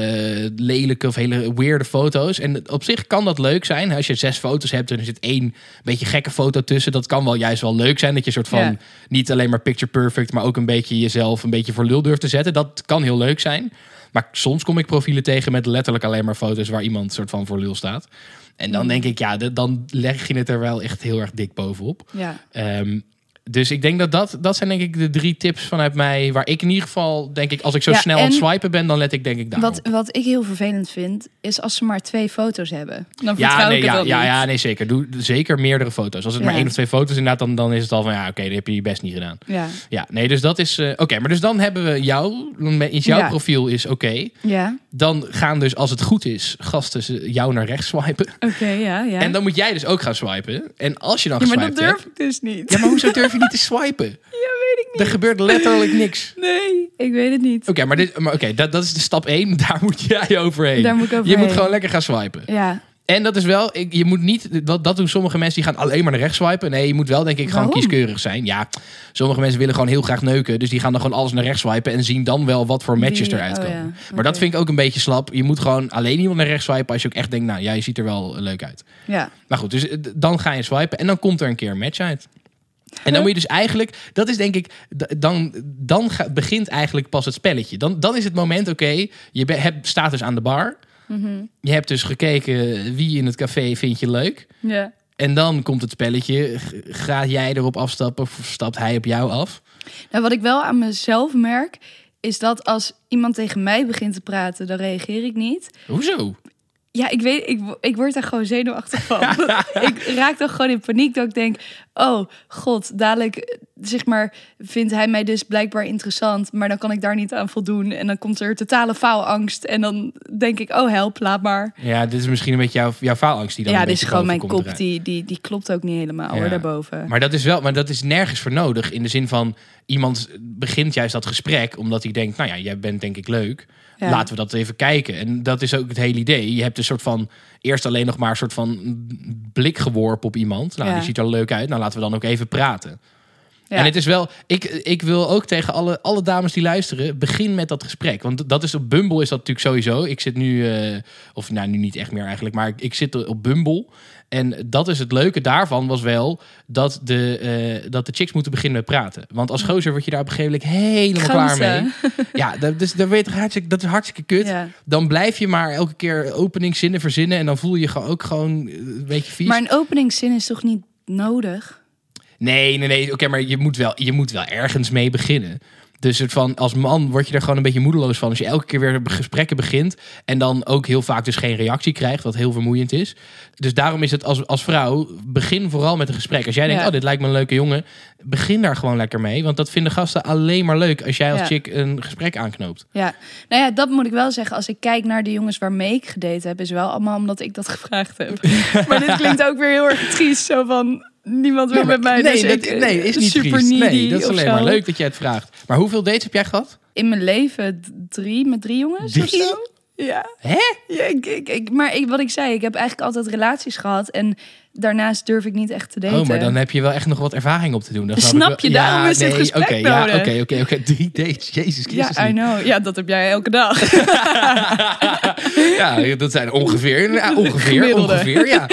[SPEAKER 1] lelijke of hele weirde foto's. En op zich kan dat leuk zijn. Als je zes foto's hebt en er zit één beetje gekke foto tussen. Dat kan wel juist wel leuk zijn. Dat je soort van
[SPEAKER 2] Ja.
[SPEAKER 1] niet alleen maar picture perfect, maar ook een beetje jezelf een beetje voor lul durft te zetten. Dat kan heel leuk zijn. Maar soms kom ik profielen tegen met letterlijk alleen maar foto's waar iemand soort van voor lul staat. En dan denk ik, ja, de- dan leg je het er wel echt heel erg dik bovenop.
[SPEAKER 2] Ja.
[SPEAKER 1] Ehm, Dus ik denk dat, dat dat zijn denk ik de drie tips vanuit mij. Waar ik in ieder geval, denk ik, als ik zo
[SPEAKER 2] Ja,
[SPEAKER 1] snel aan het
[SPEAKER 2] en-
[SPEAKER 1] swipen ben, dan let ik denk ik daarop.
[SPEAKER 2] Wat, wat ik heel vervelend vind, is als ze maar twee foto's hebben. Dan vertrouw
[SPEAKER 1] Ja, nee,
[SPEAKER 2] ik het
[SPEAKER 1] ja,
[SPEAKER 2] al
[SPEAKER 1] ja,
[SPEAKER 2] niet.
[SPEAKER 1] ja, nee, zeker. Doe zeker meerdere foto's. Als het maar
[SPEAKER 2] Ja.
[SPEAKER 1] één of twee foto's inderdaad, dan, dan is het al van ja, oké, dan heb je je best niet gedaan.
[SPEAKER 2] Ja.
[SPEAKER 1] Ja, nee, dus dat is. eh, oké, maar dus dan hebben we jou. Dan is jouw
[SPEAKER 2] Ja.
[SPEAKER 1] profiel is oké.
[SPEAKER 2] Ja, ze-
[SPEAKER 1] Dan gaan dus, als het goed is, gasten ze jou naar rechts swipen.
[SPEAKER 2] oké, ja, ja.
[SPEAKER 1] En dan moet jij dus ook gaan swipen. En als je dan
[SPEAKER 2] ja, maar
[SPEAKER 1] geswiped
[SPEAKER 2] dat durf
[SPEAKER 1] hebt...
[SPEAKER 2] ik dus niet.
[SPEAKER 1] Ja, maar hoezo durf je niet te swipen?
[SPEAKER 2] (laughs) Ja, weet ik
[SPEAKER 1] Er gebeurt letterlijk niks.
[SPEAKER 2] niet. Nee, ik weet het niet.
[SPEAKER 1] Oké, maar, dit, maar oké, dat, dat is de stap 1. (laughs) Daar moet jij overheen.
[SPEAKER 2] Daar moet ik
[SPEAKER 1] Je moet
[SPEAKER 2] overheen.
[SPEAKER 1] gewoon lekker gaan swipen.
[SPEAKER 2] Ja,
[SPEAKER 1] En dat is wel, ik, je moet niet, dat, dat doen sommige mensen die gaan alleen maar naar rechts swipen. Nee, je moet wel denk ik gewoon
[SPEAKER 2] Waarom?
[SPEAKER 1] kieskeurig zijn. Ja, sommige mensen willen gewoon heel graag neuken. Dus die gaan dan gewoon alles naar rechts swipen en zien dan wel wat voor matches
[SPEAKER 2] Die-
[SPEAKER 1] eruit
[SPEAKER 2] oh
[SPEAKER 1] komen.
[SPEAKER 2] ja,
[SPEAKER 1] Maar
[SPEAKER 2] oké.
[SPEAKER 1] dat vind ik ook een beetje slap. Je moet gewoon alleen iemand naar rechts swipen als je ook echt denkt, nou, jij ziet er wel eh, leuk uit.
[SPEAKER 2] ja.
[SPEAKER 1] Maar goed, dus eh, d- dan ga je swipen en dan komt er een keer een match uit. En dan moet je dus eigenlijk, dat is denk ik, d- dan, dan ga- begint eigenlijk pas het spelletje. Dan, dan is het moment, oké, je be- hebt, staat dus aan de bar.
[SPEAKER 2] Mhm.
[SPEAKER 1] Je hebt dus gekeken wie in het café vind je leuk.
[SPEAKER 2] ja.
[SPEAKER 1] En dan komt het spelletje, G- ga jij erop afstappen of stapt hij op jou af?
[SPEAKER 2] Nou, wat ik wel aan mezelf merk, is dat als iemand tegen mij begint te praten, dan reageer ik niet.
[SPEAKER 1] Hoezo?
[SPEAKER 2] Ja, ik weet, ik, wo- ik word daar gewoon zenuwachtig van. (laughs) ik raak dan gewoon in paniek dat ik denk, oh god, dadelijk eh, zeg maar, vindt hij mij dus blijkbaar interessant, maar dan kan ik daar niet aan voldoen. En dan komt er totale faalangst en dan denk ik, oh help, laat maar.
[SPEAKER 1] Ja, dit is misschien een beetje jouw, jouw faalangst die dan
[SPEAKER 2] ja,
[SPEAKER 1] een
[SPEAKER 2] dit is
[SPEAKER 1] beetje
[SPEAKER 2] gewoon mijn
[SPEAKER 1] boven komt
[SPEAKER 2] kop,
[SPEAKER 1] drijven.
[SPEAKER 2] die, die, die klopt ook niet helemaal
[SPEAKER 1] Ja.
[SPEAKER 2] hoor, daarboven.
[SPEAKER 1] Maar dat is wel, maar dat is nergens voor nodig. In de zin van iemand begint juist dat gesprek omdat hij denkt, nou ja, jij bent denk ik leuk.
[SPEAKER 2] Ja.
[SPEAKER 1] Laten we dat even kijken. En dat is ook het hele idee. Je hebt een soort van eerst alleen nog maar een soort van blik geworpen op iemand. Nou,
[SPEAKER 2] Ja.
[SPEAKER 1] die ziet er leuk uit. Nou, laten we dan ook even praten.
[SPEAKER 2] Ja.
[SPEAKER 1] En het is wel, ik, ik wil ook tegen alle, alle dames die luisteren, begin met dat gesprek. Want dat is op Bumble is dat natuurlijk sowieso. Ik zit nu, eh, of nou nu niet echt meer eigenlijk, maar ik, ik zit op Bumble. En dat is het leuke daarvan was wel dat de, eh, dat de chicks moeten beginnen met praten. Want als gozer word je daar op een gegeven moment helemaal
[SPEAKER 2] Ganzen.
[SPEAKER 1] klaar mee. Ja, dat, dus, dat, weet je toch hartstikke, dat is hartstikke kut.
[SPEAKER 2] Ja.
[SPEAKER 1] Dan blijf je maar elke keer openingszinnen verzinnen. En dan voel je je gewoon ook gewoon eh, een beetje vies.
[SPEAKER 2] Maar een openingszin is toch niet nodig?
[SPEAKER 1] Nee, nee, nee. Oké, maar je moet, wel, je moet wel ergens mee beginnen. Dus het van, als man word je er gewoon een beetje moedeloos van. Als je elke keer weer gesprekken begint. En dan ook heel vaak dus geen reactie krijgt. Wat heel vermoeiend is. Dus daarom is het als, als vrouw, begin vooral met een gesprek. Als jij denkt,
[SPEAKER 2] Ja.
[SPEAKER 1] oh, dit lijkt me een leuke jongen. Begin daar gewoon lekker mee. Want dat vinden gasten alleen maar leuk als jij als
[SPEAKER 2] Ja.
[SPEAKER 1] chick een gesprek aanknoopt.
[SPEAKER 2] Ja, nou ja, dat moet ik wel zeggen. Als ik kijk naar de jongens waarmee ik gedate heb, is wel allemaal omdat ik dat (laughs) gevraagd heb. maar dit klinkt ook weer heel erg triest. Zo van, niemand wil
[SPEAKER 1] Nee,
[SPEAKER 2] met mij.
[SPEAKER 1] nee,
[SPEAKER 2] dus
[SPEAKER 1] dat-
[SPEAKER 2] ik, eh,
[SPEAKER 1] nee, is niet
[SPEAKER 2] super
[SPEAKER 1] triest.
[SPEAKER 2] needy
[SPEAKER 1] Nee, dat is
[SPEAKER 2] of
[SPEAKER 1] alleen
[SPEAKER 2] zo.
[SPEAKER 1] maar leuk dat jij het vraagt. Maar hoeveel dates heb jij gehad?
[SPEAKER 2] In mijn leven d- drie met drie jongens of
[SPEAKER 1] Drie?
[SPEAKER 2] zo. Ja,
[SPEAKER 1] Hè?
[SPEAKER 2] ja ik, ik, ik, maar ik, wat ik zei, ik heb eigenlijk altijd relaties gehad. En daarnaast durf ik niet echt te daten.
[SPEAKER 1] Oh, maar dan heb je wel echt nog wat ervaring op te doen. Dat
[SPEAKER 2] Snap je, daarom is dit gesprek
[SPEAKER 1] oké, ja,
[SPEAKER 2] nodig.
[SPEAKER 1] Oké, oké, oké. (laughs) Drie dates, jezus Christus.
[SPEAKER 2] ja, I know. Ja, dat heb jij elke dag.
[SPEAKER 1] Ja, dat zijn ongeveer,
[SPEAKER 2] (laughs)
[SPEAKER 1] ja, ongeveer,
[SPEAKER 2] Gemiddelde.
[SPEAKER 1] ongeveer,
[SPEAKER 2] (laughs)
[SPEAKER 1] ja.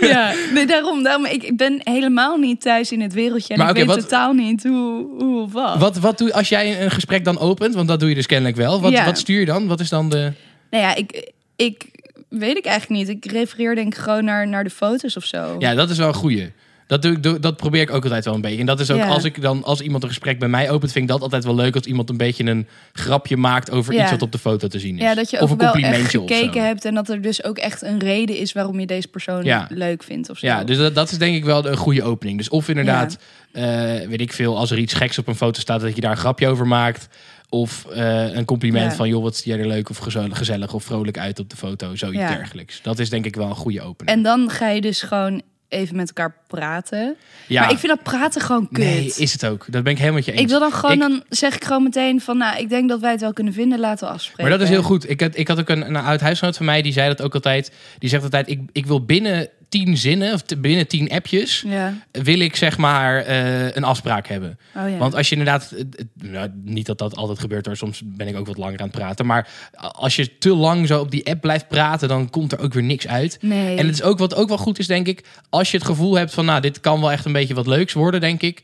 [SPEAKER 1] (laughs)
[SPEAKER 2] ja, nee, daarom. daarom ik, ik ben helemaal niet thuis in het wereldje. En
[SPEAKER 1] Maar
[SPEAKER 2] ik
[SPEAKER 1] oké,
[SPEAKER 2] weet
[SPEAKER 1] wat-
[SPEAKER 2] totaal niet hoe, hoe of wat.
[SPEAKER 1] Wat, wat doe je als jij een gesprek dan opent? Want dat doe je dus kennelijk wel. Wat,
[SPEAKER 2] Ja.
[SPEAKER 1] wat stuur je dan? Wat is dan de...
[SPEAKER 2] Nou ja, ik, ik weet ik eigenlijk niet. Ik refereer denk ik gewoon naar, naar de foto's of zo.
[SPEAKER 1] Ja, dat is wel een goeie. Dat, doe ik, doe- dat probeer ik ook altijd wel een beetje. En dat is ook
[SPEAKER 2] Ja.
[SPEAKER 1] als ik dan als iemand een gesprek bij mij opent, vind ik dat altijd wel leuk als iemand een beetje een grapje maakt over
[SPEAKER 2] Ja.
[SPEAKER 1] iets wat op de foto te zien is.
[SPEAKER 2] Ja, dat je
[SPEAKER 1] of
[SPEAKER 2] ook
[SPEAKER 1] een
[SPEAKER 2] wel echt
[SPEAKER 1] complimentje of zo.
[SPEAKER 2] gekeken hebt en dat er dus ook echt een reden is waarom je deze persoon
[SPEAKER 1] Ja.
[SPEAKER 2] leuk vindt of zo.
[SPEAKER 1] Ja, dus dat, dat is denk ik wel een goede opening. Dus of inderdaad, eh, weet ik veel, als er iets geks op een foto staat, dat je daar een grapje over maakt. Of eh, een compliment
[SPEAKER 2] Ja.
[SPEAKER 1] van, joh, wat zie jij er leuk of gezo- gezellig of vrolijk uit op de foto. Zoiets
[SPEAKER 2] Ja.
[SPEAKER 1] dergelijks. Dat is denk ik wel een goede opening.
[SPEAKER 2] En dan ga je dus gewoon even met elkaar praten.
[SPEAKER 1] ja,
[SPEAKER 2] Maar ik vind dat praten gewoon kut.
[SPEAKER 1] nee, is het ook. Dat ben ik helemaal met je eens.
[SPEAKER 2] Ik wil dan gewoon,
[SPEAKER 1] Ik-
[SPEAKER 2] dan zeg ik gewoon meteen van, nou, ik denk dat wij het wel kunnen vinden, laten we afspreken.
[SPEAKER 1] Maar dat is heel goed. Ik had, ik had ook een, een oud huisgenoot van mij, die zei dat ook altijd. Die zegt altijd, ik, ik wil binnen tien zinnen, of te- binnen tien appjes,
[SPEAKER 2] Ja,
[SPEAKER 1] wil ik zeg maar eh, een afspraak hebben.
[SPEAKER 2] oh ja.
[SPEAKER 1] Want als je inderdaad, eh, eh, nou, niet dat dat altijd gebeurt hoor, soms ben ik ook wat langer aan het praten. Maar als je te lang zo op die app blijft praten, dan komt er ook weer niks uit.
[SPEAKER 2] nee.
[SPEAKER 1] En het is ook wat ook wel goed is, denk ik, als je het gevoel hebt van, nou, dit kan wel echt een beetje wat leuks worden, denk ik.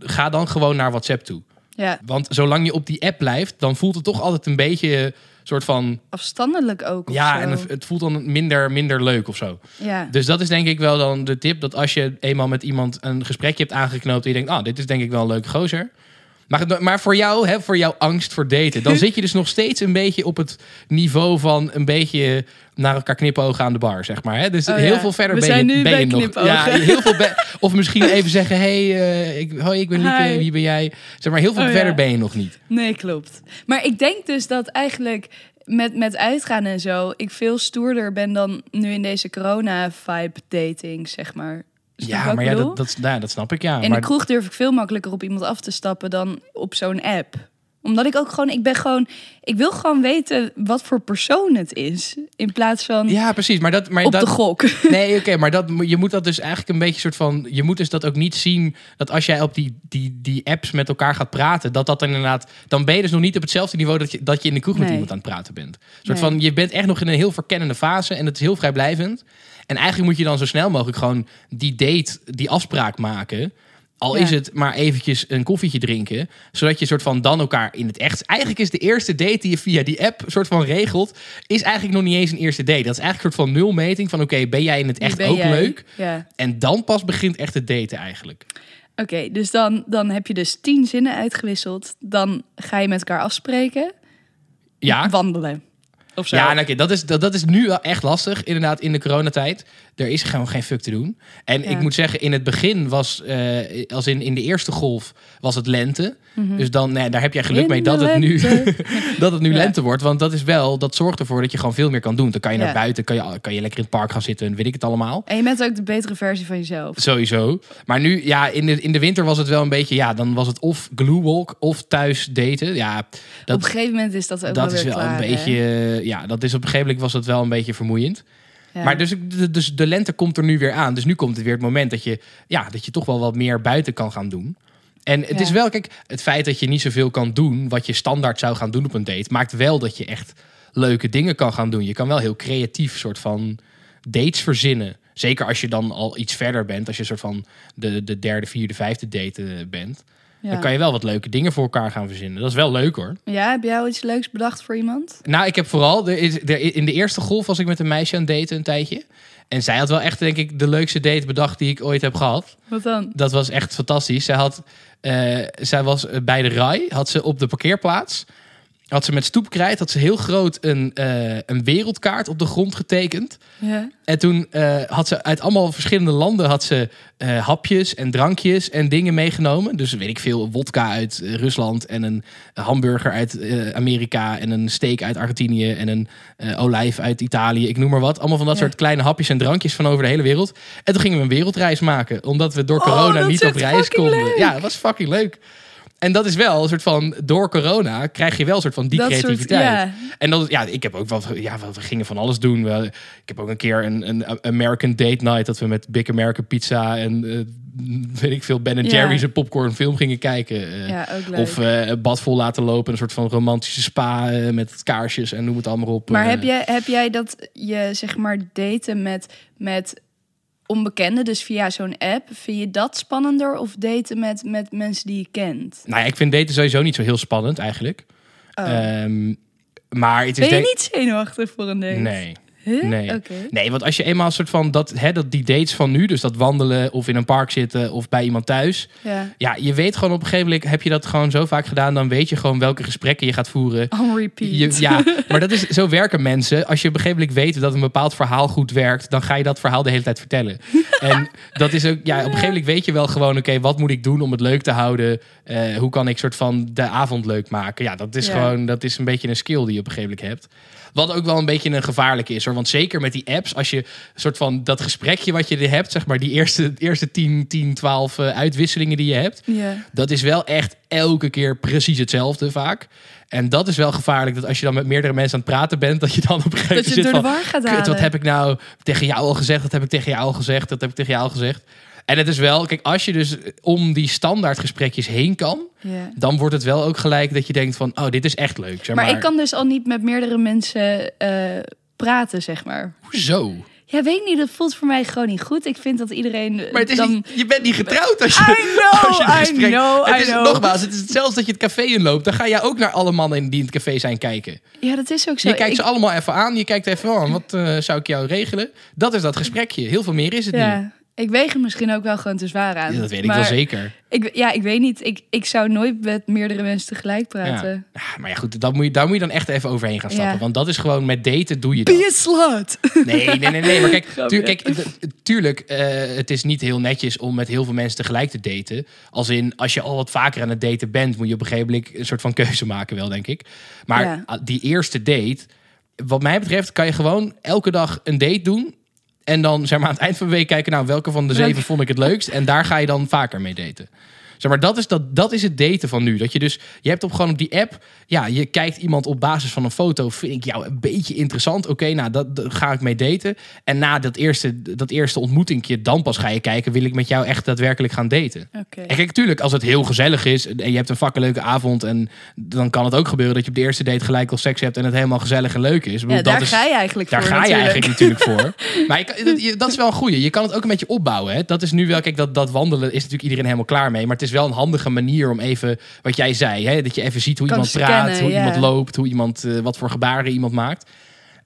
[SPEAKER 1] Ga dan gewoon naar WhatsApp toe.
[SPEAKER 2] ja.
[SPEAKER 1] Want zolang je op die app blijft, dan voelt het toch altijd een beetje eh, soort van...
[SPEAKER 2] Afstandelijk ook. of
[SPEAKER 1] Ja,
[SPEAKER 2] zo.
[SPEAKER 1] en het voelt dan minder, minder leuk of zo.
[SPEAKER 2] ja.
[SPEAKER 1] Dus dat is denk ik wel dan de tip. Dat als je eenmaal met iemand een gesprekje hebt aangeknoopt. En je denkt, ah, dit is denk ik wel een leuke gozer. Maar, het- maar voor jou, hè, voor jouw angst voor daten. Dan zit je dus nog steeds een beetje op het niveau van een beetje naar elkaar knipogen aan de bar, zeg maar. Hè? Dus
[SPEAKER 2] Oh
[SPEAKER 1] heel
[SPEAKER 2] ja.
[SPEAKER 1] veel verder
[SPEAKER 2] We
[SPEAKER 1] ben
[SPEAKER 2] zijn
[SPEAKER 1] je,
[SPEAKER 2] nu
[SPEAKER 1] ben
[SPEAKER 2] bij
[SPEAKER 1] je nog.
[SPEAKER 2] knipogen.
[SPEAKER 1] Ja, heel veel be- of
[SPEAKER 2] (laughs)
[SPEAKER 1] misschien even zeggen, hey, eh, ik, hoi, ik ben Lieke,
[SPEAKER 2] Hi.
[SPEAKER 1] wie ben jij? Zeg maar, heel veel
[SPEAKER 2] Oh ja.
[SPEAKER 1] verder ben je nog niet.
[SPEAKER 2] Nee, klopt. Maar ik denk dus dat eigenlijk met, met uitgaan en zo... ik veel stoerder ben dan nu in deze corona-vibe dating, zeg maar. Snap je wat
[SPEAKER 1] Ja,
[SPEAKER 2] ik
[SPEAKER 1] maar ja,
[SPEAKER 2] bedoel?
[SPEAKER 1] dat, dat, is- nou ja, dat snap ik, ja.
[SPEAKER 2] In
[SPEAKER 1] maar
[SPEAKER 2] de kroeg durf ik veel makkelijker op iemand af te stappen dan op zo'n app. Omdat ik ook gewoon... Ik ben gewoon... Ik wil gewoon weten wat voor persoon het is. In plaats van
[SPEAKER 1] ja, precies. Maar dat, maar
[SPEAKER 2] op
[SPEAKER 1] dat,
[SPEAKER 2] de gok. (laughs)
[SPEAKER 1] (laughs) Nee, oké, maar dat, mo- je moet dat dus eigenlijk een beetje soort van. Je moet dus dat ook niet zien. Dat als jij op die, die, die apps met elkaar gaat praten, dat dat dan inderdaad. Dan ben je dus nog niet op hetzelfde niveau dat je, dat je in de kroeg met
[SPEAKER 2] Nee.
[SPEAKER 1] iemand aan het praten bent. Een soort
[SPEAKER 2] Nee.
[SPEAKER 1] van, je bent echt nog in een heel verkennende fase en het is heel vrijblijvend. En eigenlijk moet je dan zo snel mogelijk gewoon die date, die afspraak maken. Al
[SPEAKER 2] Ja.
[SPEAKER 1] is het maar eventjes een koffietje drinken. Zodat je soort van dan elkaar in het echt. Eigenlijk is de eerste date die je via die app soort van regelt. Is eigenlijk nog niet eens een eerste date. Dat is eigenlijk een soort van nulmeting van oké, ben jij in het
[SPEAKER 2] Wie
[SPEAKER 1] echt
[SPEAKER 2] ben
[SPEAKER 1] ook
[SPEAKER 2] jij?
[SPEAKER 1] leuk?
[SPEAKER 2] Ja.
[SPEAKER 1] En dan pas begint echt het daten eigenlijk.
[SPEAKER 2] Oké, dus dan, dan heb je dus tien zinnen uitgewisseld. Dan ga je met elkaar afspreken.
[SPEAKER 1] Ja.
[SPEAKER 2] Wandelen. Of zo.
[SPEAKER 1] Ja, nou, oké, dat, is, dat, dat is nu wel echt lastig, inderdaad, in de coronatijd. Er is gewoon geen fuck te doen. En
[SPEAKER 2] Ja.
[SPEAKER 1] ik moet zeggen, in het begin was, eh, als in, in de eerste golf, was het lente. Dus dan, nee, daar heb jij geluk
[SPEAKER 2] Mhm. In
[SPEAKER 1] mee
[SPEAKER 2] de
[SPEAKER 1] dat het, nu,
[SPEAKER 2] lente.
[SPEAKER 1] (laughs) dat het nu
[SPEAKER 2] Ja.
[SPEAKER 1] lente wordt. Want dat is wel, dat zorgt ervoor dat je gewoon veel meer kan doen. Dan kan je naar
[SPEAKER 2] Ja.
[SPEAKER 1] buiten, kan je, kan je lekker in het park gaan zitten en weet ik het allemaal.
[SPEAKER 2] En je bent ook de betere versie van jezelf.
[SPEAKER 1] Sowieso. Maar nu, ja, in de, in de winter was het wel een beetje, ja, dan was het of glue walk of thuis daten. Ja,
[SPEAKER 2] Op een
[SPEAKER 1] dat,
[SPEAKER 2] gegeven moment is dat ook
[SPEAKER 1] dat
[SPEAKER 2] wel
[SPEAKER 1] is
[SPEAKER 2] weer
[SPEAKER 1] wel
[SPEAKER 2] klaar,
[SPEAKER 1] een
[SPEAKER 2] hè?
[SPEAKER 1] beetje, ja, dat is op een gegeven moment was dat wel een beetje vermoeiend.
[SPEAKER 2] Ja.
[SPEAKER 1] Maar dus, ik- de- dus de lente komt er nu weer aan. Dus nu komt het weer het moment dat je, ja, dat je toch wel wat meer buiten kan gaan doen. En het
[SPEAKER 2] Ja.
[SPEAKER 1] is wel, kijk, het feit dat je niet zoveel kan doen wat je standaard zou gaan doen op een date, maakt wel dat je echt leuke dingen kan gaan doen. Je kan wel heel creatief soort van dates verzinnen. Zeker als je dan al iets verder bent, als je soort van de, de derde, vierde, vijfde date eh, bent,
[SPEAKER 2] ja.
[SPEAKER 1] dan kan je wel wat leuke dingen voor elkaar gaan verzinnen. Dat is wel leuk hoor.
[SPEAKER 2] ja, heb jij al iets leuks bedacht voor iemand?
[SPEAKER 1] Nou, ik heb vooral. Er is, er, in de eerste golf was ik met een meisje aan het daten een tijdje. En zij had wel echt, denk ik, de leukste date bedacht die ik ooit heb gehad.
[SPEAKER 2] Wat dan?
[SPEAKER 1] Dat was echt fantastisch. Zij, had, eh, zij was eh, bij de RAI, had ze op de parkeerplaats. Had ze met stoepkrijt, had ze heel groot een, eh, een wereldkaart op de grond getekend.
[SPEAKER 2] Ja.
[SPEAKER 1] En toen eh, had ze uit allemaal verschillende landen had ze, eh, hapjes en drankjes en dingen meegenomen. Dus weet ik veel, wodka uit eh, Rusland en een hamburger uit eh, Amerika en een steak uit Argentinië en een eh, olijf uit Italië. Ik noem maar wat. Allemaal van dat
[SPEAKER 2] Ja.
[SPEAKER 1] soort kleine hapjes en drankjes van over de hele wereld. En toen gingen we een wereldreis maken, omdat we door
[SPEAKER 2] Oh,
[SPEAKER 1] corona
[SPEAKER 2] dat
[SPEAKER 1] niet
[SPEAKER 2] is
[SPEAKER 1] op
[SPEAKER 2] echt
[SPEAKER 1] reis
[SPEAKER 2] fucking
[SPEAKER 1] konden.
[SPEAKER 2] leuk.
[SPEAKER 1] Ja, dat was fucking leuk. En dat is wel een soort van, door corona krijg je wel een soort van die
[SPEAKER 2] Dat soort-
[SPEAKER 1] creativiteit.
[SPEAKER 2] ja.
[SPEAKER 1] En dan, ja, ik heb ook wel, ja, we we gingen van alles doen. We- ik heb ook een keer een, een American Date Night dat we met Big American Pizza en eh, weet ik veel Ben
[SPEAKER 2] Ja.
[SPEAKER 1] Jerry's en popcorn film gingen kijken. eh.
[SPEAKER 2] ja, ook leuk.
[SPEAKER 1] Of eh, een bad vol laten lopen, een soort van romantische spa eh, met kaarsjes en noem het allemaal op.
[SPEAKER 2] maar
[SPEAKER 1] Eh,
[SPEAKER 2] heb jij, heb jij dat je zeg maar daten met, met onbekenden, dus via zo'n app, vind je dat spannender of daten met, met mensen die je kent?
[SPEAKER 1] Nou ja, ik vind daten sowieso niet zo heel spannend eigenlijk.
[SPEAKER 2] Oh.
[SPEAKER 1] Ehm, maar het is
[SPEAKER 2] ben je
[SPEAKER 1] Dus denk-
[SPEAKER 2] niet zenuwachtig voor een date?
[SPEAKER 1] Nee.
[SPEAKER 2] Huh?
[SPEAKER 1] Nee.
[SPEAKER 2] Oké.
[SPEAKER 1] Nee, want als je eenmaal een soort van dat, hè, dat die dates van nu, dus dat wandelen of in een park zitten of bij iemand thuis,
[SPEAKER 2] Ja.
[SPEAKER 1] Ja, je weet gewoon op een gegeven moment, heb je dat gewoon zo vaak gedaan, dan weet je gewoon welke gesprekken je gaat voeren.
[SPEAKER 2] On repeat.
[SPEAKER 1] Je, ja, maar dat is, zo werken mensen. Als je op een gegeven moment weet dat een bepaald verhaal goed werkt, dan ga je dat verhaal de hele tijd vertellen. En dat is ook, ja, op een gegeven moment weet je wel gewoon, oké, wat moet ik doen om het leuk te houden? Eh, hoe kan ik soort van de avond leuk maken? Ja, dat is
[SPEAKER 2] Ja.
[SPEAKER 1] gewoon, dat is een beetje een skill die je op een gegeven moment hebt. Wat ook wel een beetje een gevaarlijke is hoor. Want zeker met die apps, als je soort van dat gesprekje wat je er hebt, zeg maar, die eerste, eerste 10, 10, 12 eh, uitwisselingen die je hebt.
[SPEAKER 2] Ja.
[SPEAKER 1] Dat is wel echt elke keer precies hetzelfde vaak. En dat is wel gevaarlijk dat als je dan met meerdere mensen aan het praten bent, dat je dan op een gegeven
[SPEAKER 2] Dat
[SPEAKER 1] moment
[SPEAKER 2] je het
[SPEAKER 1] zit
[SPEAKER 2] door de
[SPEAKER 1] van...
[SPEAKER 2] war gaat halen.
[SPEAKER 1] Kut, wat heb ik nou tegen jou al gezegd? Dat heb ik tegen jou al gezegd. Dat heb ik tegen jou al gezegd. En het is wel, kijk, als je dus om die standaardgesprekjes heen kan,
[SPEAKER 2] Ja.
[SPEAKER 1] dan wordt het wel ook gelijk dat je denkt van, oh, dit is echt leuk. Zeg maar,
[SPEAKER 2] Maar ik kan dus al niet met meerdere mensen eh, praten, zeg maar.
[SPEAKER 1] Hoezo?
[SPEAKER 2] Ja, weet ik niet. Dat voelt voor mij gewoon niet goed. Ik vind dat iedereen eh,
[SPEAKER 1] Maar het is
[SPEAKER 2] dan...
[SPEAKER 1] niet- je bent niet getrouwd (laughs) als je,
[SPEAKER 2] I know,
[SPEAKER 1] als je
[SPEAKER 2] I
[SPEAKER 1] het gesprek...
[SPEAKER 2] know,
[SPEAKER 1] het
[SPEAKER 2] I
[SPEAKER 1] is,
[SPEAKER 2] know.
[SPEAKER 1] Nogmaals, het is hetzelfde dat je het café inloopt. Dan ga jij ook naar alle mannen die in het café zijn kijken.
[SPEAKER 2] Ja, dat is ook zo.
[SPEAKER 1] Je kijkt
[SPEAKER 2] Ik-
[SPEAKER 1] ze allemaal even aan. Je kijkt even, oh, wat eh, zou ik jou regelen? Dat is dat gesprekje. Heel veel meer is het niet.
[SPEAKER 2] ja, ik weeg er misschien ook wel gewoon te zwaar aan.
[SPEAKER 1] Ja, dat weet ik
[SPEAKER 2] Maar
[SPEAKER 1] wel zeker.
[SPEAKER 2] Ik, ja, ik weet niet. Ik, ik zou nooit met meerdere mensen tegelijk
[SPEAKER 1] Ja.
[SPEAKER 2] praten.
[SPEAKER 1] Ja, maar ja, goed, dat moet je, daar moet je dan echt even overheen gaan stappen.
[SPEAKER 2] eh, Ja.
[SPEAKER 1] Want dat is gewoon met daten doe je
[SPEAKER 2] (laughs)
[SPEAKER 1] dat.
[SPEAKER 2] Be a slut!
[SPEAKER 1] Nee, nee, nee, nee. Maar kijk,
[SPEAKER 2] Grapje.
[SPEAKER 1] tuur, kijk d- tuurlijk, eh, het is niet heel netjes om met heel veel mensen tegelijk te daten. Als in, als je al wat vaker aan het daten bent, moet je op een gegeven moment een soort van keuze maken wel, denk ik. Maar
[SPEAKER 2] Ja.
[SPEAKER 1] ah, die eerste date, wat mij betreft, kan je gewoon elke dag een date doen. En dan zeg maar aan het eind van de week kijken, nou, welke van de
[SPEAKER 2] Welke-
[SPEAKER 1] zeven vond ik het leukst? En daar ga je dan vaker mee daten. Zeg maar, dat is, dat, dat is het daten van nu. Dat je dus, je hebt op gewoon op die app, ja, je kijkt iemand op basis van een foto. Vind ik jou een beetje interessant? Oké, nou, dat, dat ga ik mee daten. En na dat eerste, dat eerste ontmoetingje, dan pas ga je kijken, wil ik met jou echt daadwerkelijk gaan daten?
[SPEAKER 2] Oké.
[SPEAKER 1] En kijk, natuurlijk, als het heel gezellig is en je hebt een fucking leuke avond, en dan kan het ook gebeuren dat je op de eerste date gelijk al seks hebt en het helemaal gezellig en leuk is. Ik bedoel,
[SPEAKER 2] Ja, daar
[SPEAKER 1] dat is,
[SPEAKER 2] ga je eigenlijk
[SPEAKER 1] daar
[SPEAKER 2] voor
[SPEAKER 1] ga je
[SPEAKER 2] natuurlijk.
[SPEAKER 1] eigenlijk natuurlijk voor.
[SPEAKER 2] (laughs)
[SPEAKER 1] Maar je kan- dat, je- dat is wel een goeie. Je kan het ook een beetje opbouwen. Hè? Dat is nu wel, kijk, dat, dat wandelen is natuurlijk iedereen helemaal klaar mee. Maar het is wel een handige manier om even, wat jij zei, hè? dat je even ziet hoe
[SPEAKER 2] Kan
[SPEAKER 1] iemand
[SPEAKER 2] scannen,
[SPEAKER 1] praat, hoe
[SPEAKER 2] ja.
[SPEAKER 1] iemand loopt, hoe iemand, eh, wat voor gebaren iemand maakt.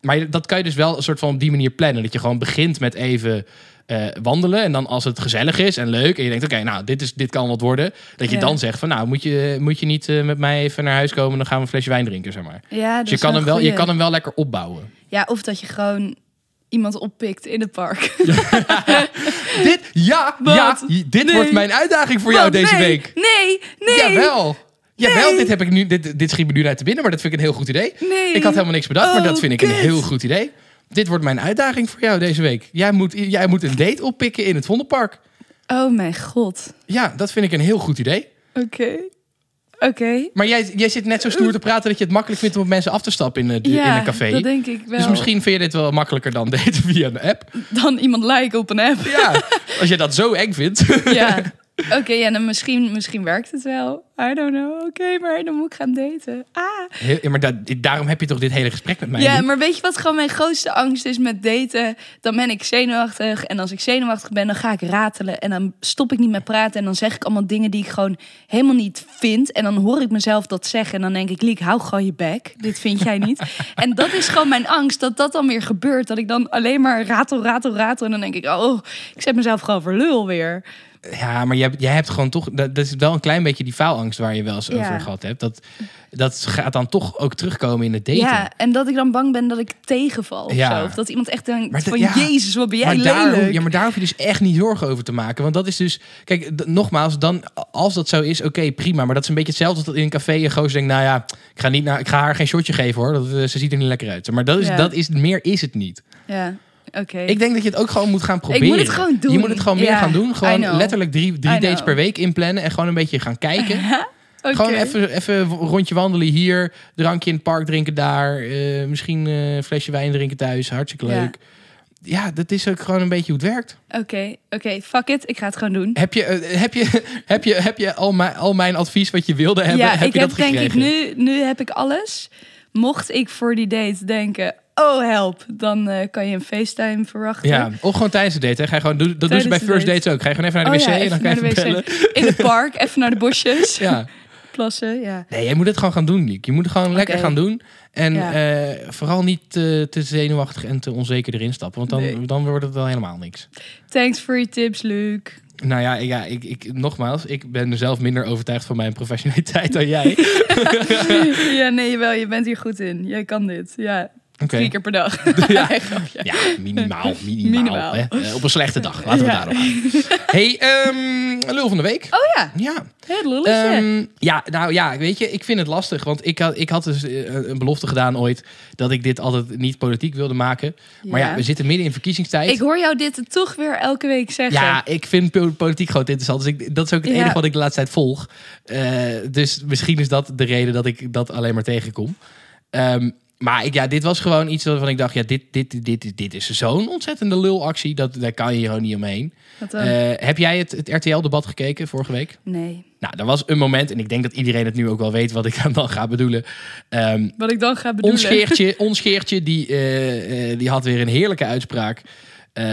[SPEAKER 1] Maar je- dat kan je dus wel een soort van op die manier plannen. Dat je gewoon begint met even eh, wandelen. En dan als het gezellig is en leuk. En je denkt, oké, nou, dit, is, dit kan wat worden. Dat je
[SPEAKER 2] Ja.
[SPEAKER 1] dan zegt van, nou, moet je, moet je niet eh, met mij even naar huis komen. Dan gaan we een flesje wijn drinken, zeg maar.
[SPEAKER 2] Ja, dat
[SPEAKER 1] Dus je
[SPEAKER 2] is
[SPEAKER 1] kan,
[SPEAKER 2] wel
[SPEAKER 1] hem wel, je
[SPEAKER 2] goeie.
[SPEAKER 1] kan hem wel lekker opbouwen.
[SPEAKER 2] Ja, of dat je gewoon iemand oppikt in het park.
[SPEAKER 1] Dit, ja,
[SPEAKER 2] Wat?
[SPEAKER 1] ja, j- dit
[SPEAKER 2] Nee.
[SPEAKER 1] wordt mijn uitdaging voor jou
[SPEAKER 2] Want
[SPEAKER 1] deze
[SPEAKER 2] Oh, nee,
[SPEAKER 1] week.
[SPEAKER 2] Nee, nee.
[SPEAKER 1] Jawel. Jawel,
[SPEAKER 2] Nee.
[SPEAKER 1] dit, heb ik nu, dit, dit schiet me nu uit de binnen, maar dat vind ik een heel goed idee.
[SPEAKER 2] Nee.
[SPEAKER 1] Ik had helemaal niks bedacht, maar
[SPEAKER 2] Oh,
[SPEAKER 1] dat vind ik een
[SPEAKER 2] kut.
[SPEAKER 1] heel goed idee. Dit wordt mijn uitdaging voor jou deze week. Jij moet, jij moet een date oppikken in het Vondelpark.
[SPEAKER 2] Oh mijn god.
[SPEAKER 1] Ja, dat vind ik een heel goed idee.
[SPEAKER 2] Oké. Oké.
[SPEAKER 1] Maar jij, jij zit net zo stoer te praten dat je het makkelijk vindt om op mensen af te stappen in, een-
[SPEAKER 2] Ja,
[SPEAKER 1] in een café.
[SPEAKER 2] dat denk ik wel.
[SPEAKER 1] dus misschien vind je dit wel makkelijker dan (laughs) daten via een app.
[SPEAKER 2] (laughs) Dan iemand liken op een
[SPEAKER 1] (laughs)
[SPEAKER 2] app.
[SPEAKER 1] Ja, als je dat zo eng vindt. (laughs)
[SPEAKER 2] Ja. Oké, ja, dan misschien, misschien werkt het wel. I don't know. Oké, maar dan moet ik gaan daten. Ah.
[SPEAKER 1] Heel- ja, maar dat- dit- daarom heb je toch dit hele gesprek met mij.
[SPEAKER 2] Ja,
[SPEAKER 1] nu?
[SPEAKER 2] maar weet je wat gewoon mijn grootste angst is met daten? Dan ben ik zenuwachtig. En als ik zenuwachtig ben, dan ga ik ratelen. En dan stop ik niet met praten. En dan zeg ik allemaal dingen die ik gewoon helemaal niet vind. En dan hoor ik mezelf dat zeggen. En dan denk ik, Liek, hou gewoon je bek. Dit vind jij
[SPEAKER 1] (laughs)
[SPEAKER 2] niet. en dat is gewoon mijn angst, dat dat dan weer gebeurt. Dat ik dan alleen maar ratel, ratel, ratel. En dan denk ik, oh, ik zet mezelf gewoon voor lul weer.
[SPEAKER 1] Ja, maar jij, hebt- jij hebt gewoon toch... Dat, dat is wel een klein beetje die faalangst waar je wel eens
[SPEAKER 2] Ja.
[SPEAKER 1] over gehad hebt. Dat, dat gaat dan toch ook terugkomen in het daten.
[SPEAKER 2] Ja, en dat ik dan bang ben dat ik tegenval of
[SPEAKER 1] Ja.
[SPEAKER 2] zo. Of dat iemand echt denkt
[SPEAKER 1] Maar dat-
[SPEAKER 2] van,
[SPEAKER 1] ja.
[SPEAKER 2] jezus, wat ben jij
[SPEAKER 1] maar daar, hoef-
[SPEAKER 2] lelijk.
[SPEAKER 1] ja, maar daar hoef je dus echt niet zorgen over te maken. Want dat is dus... Kijk, d- nogmaals, dan, als dat zo is, oké, prima. Maar dat is een beetje hetzelfde als dat in een café een gozer denkt... Nou ja, ik ga, niet naar, ik ga haar geen shotje geven hoor. Dat, eh, ze ziet er niet lekker uit. Maar dat is,
[SPEAKER 2] Ja.
[SPEAKER 1] dat is, meer is het niet.
[SPEAKER 2] Ja, oké.
[SPEAKER 1] Ik denk dat je het ook gewoon moet gaan proberen.
[SPEAKER 2] moet het gewoon doen.
[SPEAKER 1] Je moet het gewoon meer
[SPEAKER 2] Ja,
[SPEAKER 1] gaan doen.
[SPEAKER 2] I
[SPEAKER 1] Gewoon
[SPEAKER 2] know.
[SPEAKER 1] letterlijk drie, drie
[SPEAKER 2] I
[SPEAKER 1] dates
[SPEAKER 2] know.
[SPEAKER 1] per week inplannen. En gewoon een beetje gaan
[SPEAKER 2] (laughs)
[SPEAKER 1] kijken.
[SPEAKER 2] Oké.
[SPEAKER 1] Gewoon even, even een rondje wandelen hier, drankje in het park drinken daar, eh, misschien eh, een flesje wijn drinken thuis, hartstikke
[SPEAKER 2] Ja.
[SPEAKER 1] leuk. Ja. dat is ook gewoon een beetje hoe het werkt.
[SPEAKER 2] Oké, oké, fuck it. Ik ga het gewoon doen.
[SPEAKER 1] Heb je, eh, heb je, (laughs) heb je, heb je al, mijn, al mijn advies wat je wilde hebben,
[SPEAKER 2] ja,
[SPEAKER 1] heb
[SPEAKER 2] ik
[SPEAKER 1] je
[SPEAKER 2] heb
[SPEAKER 1] dat
[SPEAKER 2] denk
[SPEAKER 1] gekregen?
[SPEAKER 2] ik nu, nu heb ik alles. Mocht ik voor die date denken, oh help, dan eh, kan je een FaceTime verwachten.
[SPEAKER 1] Ja, of gewoon tijdens de date. Hè. Ga je gewoon, doe- dat doen ze bij
[SPEAKER 2] Tijdens de
[SPEAKER 1] first
[SPEAKER 2] date.
[SPEAKER 1] dates ook. Ga je gewoon even naar
[SPEAKER 2] Oh
[SPEAKER 1] de
[SPEAKER 2] ja,
[SPEAKER 1] wc en
[SPEAKER 2] even
[SPEAKER 1] dan kan je
[SPEAKER 2] naar de
[SPEAKER 1] even bellen.
[SPEAKER 2] wc. In het park, even naar de bosjes.
[SPEAKER 1] (laughs) Ja.
[SPEAKER 2] Plassen, ja.
[SPEAKER 1] Nee, je moet het gewoon gaan doen, Liek. Je moet het gewoon lekker gaan doen. En
[SPEAKER 2] Ja.
[SPEAKER 1] eh, vooral niet eh, te zenuwachtig en te onzeker erin stappen. Want dan,
[SPEAKER 2] Nee.
[SPEAKER 1] dan wordt het wel helemaal niks.
[SPEAKER 2] Thanks voor je tips, Luc.
[SPEAKER 1] Nou ja, ja ik, ik, nogmaals, ik ben er zelf minder overtuigd van mijn professionaliteit dan
[SPEAKER 2] (laughs)
[SPEAKER 1] jij. Oké.
[SPEAKER 2] ja, nee, wel, je bent hier goed in. Jij kan dit, ja. Drie keer per
[SPEAKER 1] (laughs)
[SPEAKER 2] dag. Oh
[SPEAKER 1] Ja.
[SPEAKER 2] (laughs) Nee, grapje.
[SPEAKER 1] Ja,
[SPEAKER 2] (laughs)
[SPEAKER 1] minimaal. Minimaal.
[SPEAKER 2] Minimaal.
[SPEAKER 1] Hè? Eh, op een slechte dag. Laten we
[SPEAKER 2] Ja.
[SPEAKER 1] het daarop houden.
[SPEAKER 2] (laughs)
[SPEAKER 1] hey, ehm, lul van de week.
[SPEAKER 2] Oh ja,
[SPEAKER 1] Ja.
[SPEAKER 2] het lulletje.
[SPEAKER 1] Ehm, ja, nou ja, weet je, ik vind het lastig. Want ik had, ik had dus eh, een belofte gedaan ooit dat ik dit altijd niet politiek wilde maken. Maar ja,
[SPEAKER 2] Ja.
[SPEAKER 1] we zitten midden in verkiezingstijd.
[SPEAKER 2] ik hoor jou dit toch weer elke week zeggen.
[SPEAKER 1] Ja, ik vind po- politiek gewoon interessant. Dus ik, dat is ook het
[SPEAKER 2] Ja.
[SPEAKER 1] enige wat ik de laatste tijd volg. Eh, dus misschien is dat de reden dat ik dat alleen maar tegenkom. Ehm, maar ik, ja, dit was gewoon iets waarvan ik dacht... Ja, dit, dit, dit, dit is zo'n ontzettende lulactie. Dat, daar kan je gewoon niet omheen.
[SPEAKER 2] Wat dan?
[SPEAKER 1] Eh, heb jij het, het RTL-debat gekeken vorige week?
[SPEAKER 2] nee.
[SPEAKER 1] Nou, er was een moment... en ik denk dat iedereen het nu ook wel weet wat ik (laughs) dan ga bedoelen. Ehm,
[SPEAKER 2] Wat ik dan ga bedoelen.
[SPEAKER 1] ons Geertje, ons Geertje die, eh, eh, die had weer een heerlijke uitspraak. eh,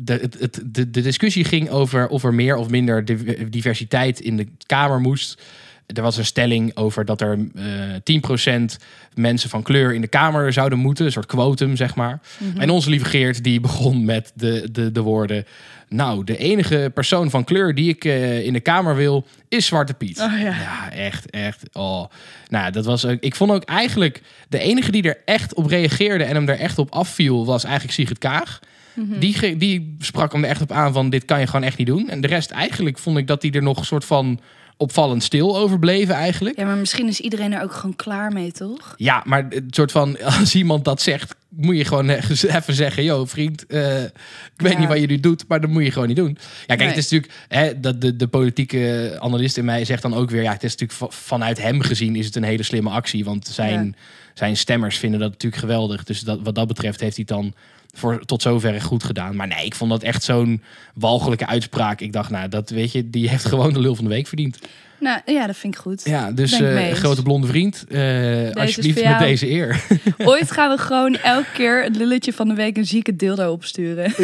[SPEAKER 1] de, het, het- de, de discussie ging over of er meer of minder div- diversiteit in de Kamer moest. Er was een stelling over dat er eh 10% mensen van kleur in de Kamer zouden moeten. Een soort quotum, zeg maar.
[SPEAKER 2] Mhm.
[SPEAKER 1] En onze lieve Geert die begon met de, de, de woorden... Nou, de enige persoon van kleur die ik eh, in de Kamer wil, is Zwarte Piet.
[SPEAKER 2] Oh, ja.
[SPEAKER 1] Ja, echt, echt. Oh. Nou, dat was ook. Ik vond ook eigenlijk de enige die er echt op reageerde en hem er echt op afviel, was eigenlijk Sigrid Kaag. Die, ge- die sprak hem er echt op aan van dit kan je gewoon echt niet doen. En de rest eigenlijk vond ik dat die er nog een soort van opvallend stil over bleven eigenlijk.
[SPEAKER 2] Ja, maar misschien is iedereen er ook gewoon klaar mee, toch?
[SPEAKER 1] Ja, maar het soort van (laughs) als iemand dat zegt, moet je gewoon (laughs) eh, even zeggen: Yo, vriend, eh, ik weet
[SPEAKER 2] Ja.
[SPEAKER 1] niet wat je nu doet, maar dat moet je gewoon niet doen. Ja, kijk,
[SPEAKER 2] Nee.
[SPEAKER 1] het is natuurlijk hè, dat de, de politieke analist in mij zegt dan ook weer: Ja, het is natuurlijk va- vanuit hem gezien is het een hele slimme actie, want zijn, zijn stemmers vinden dat natuurlijk geweldig. Dus dat, wat dat betreft heeft hij het dan voor, tot zover goed gedaan. Maar nee, ik vond dat echt zo'n walgelijke uitspraak. Ik dacht, nou, dat weet je, die heeft gewoon de lul van de week verdiend.
[SPEAKER 2] Nou ja, dat vind ik goed.
[SPEAKER 1] Ja, dus
[SPEAKER 2] Ben ik
[SPEAKER 1] eh,
[SPEAKER 2] mee eens.
[SPEAKER 1] grote blonde vriend, eh, alsjeblieft
[SPEAKER 2] voor
[SPEAKER 1] met
[SPEAKER 2] jou.
[SPEAKER 1] deze eer.
[SPEAKER 2] (laughs) Ooit gaan we gewoon elke keer het lulletje van de week een zieke dildo opsturen. (laughs)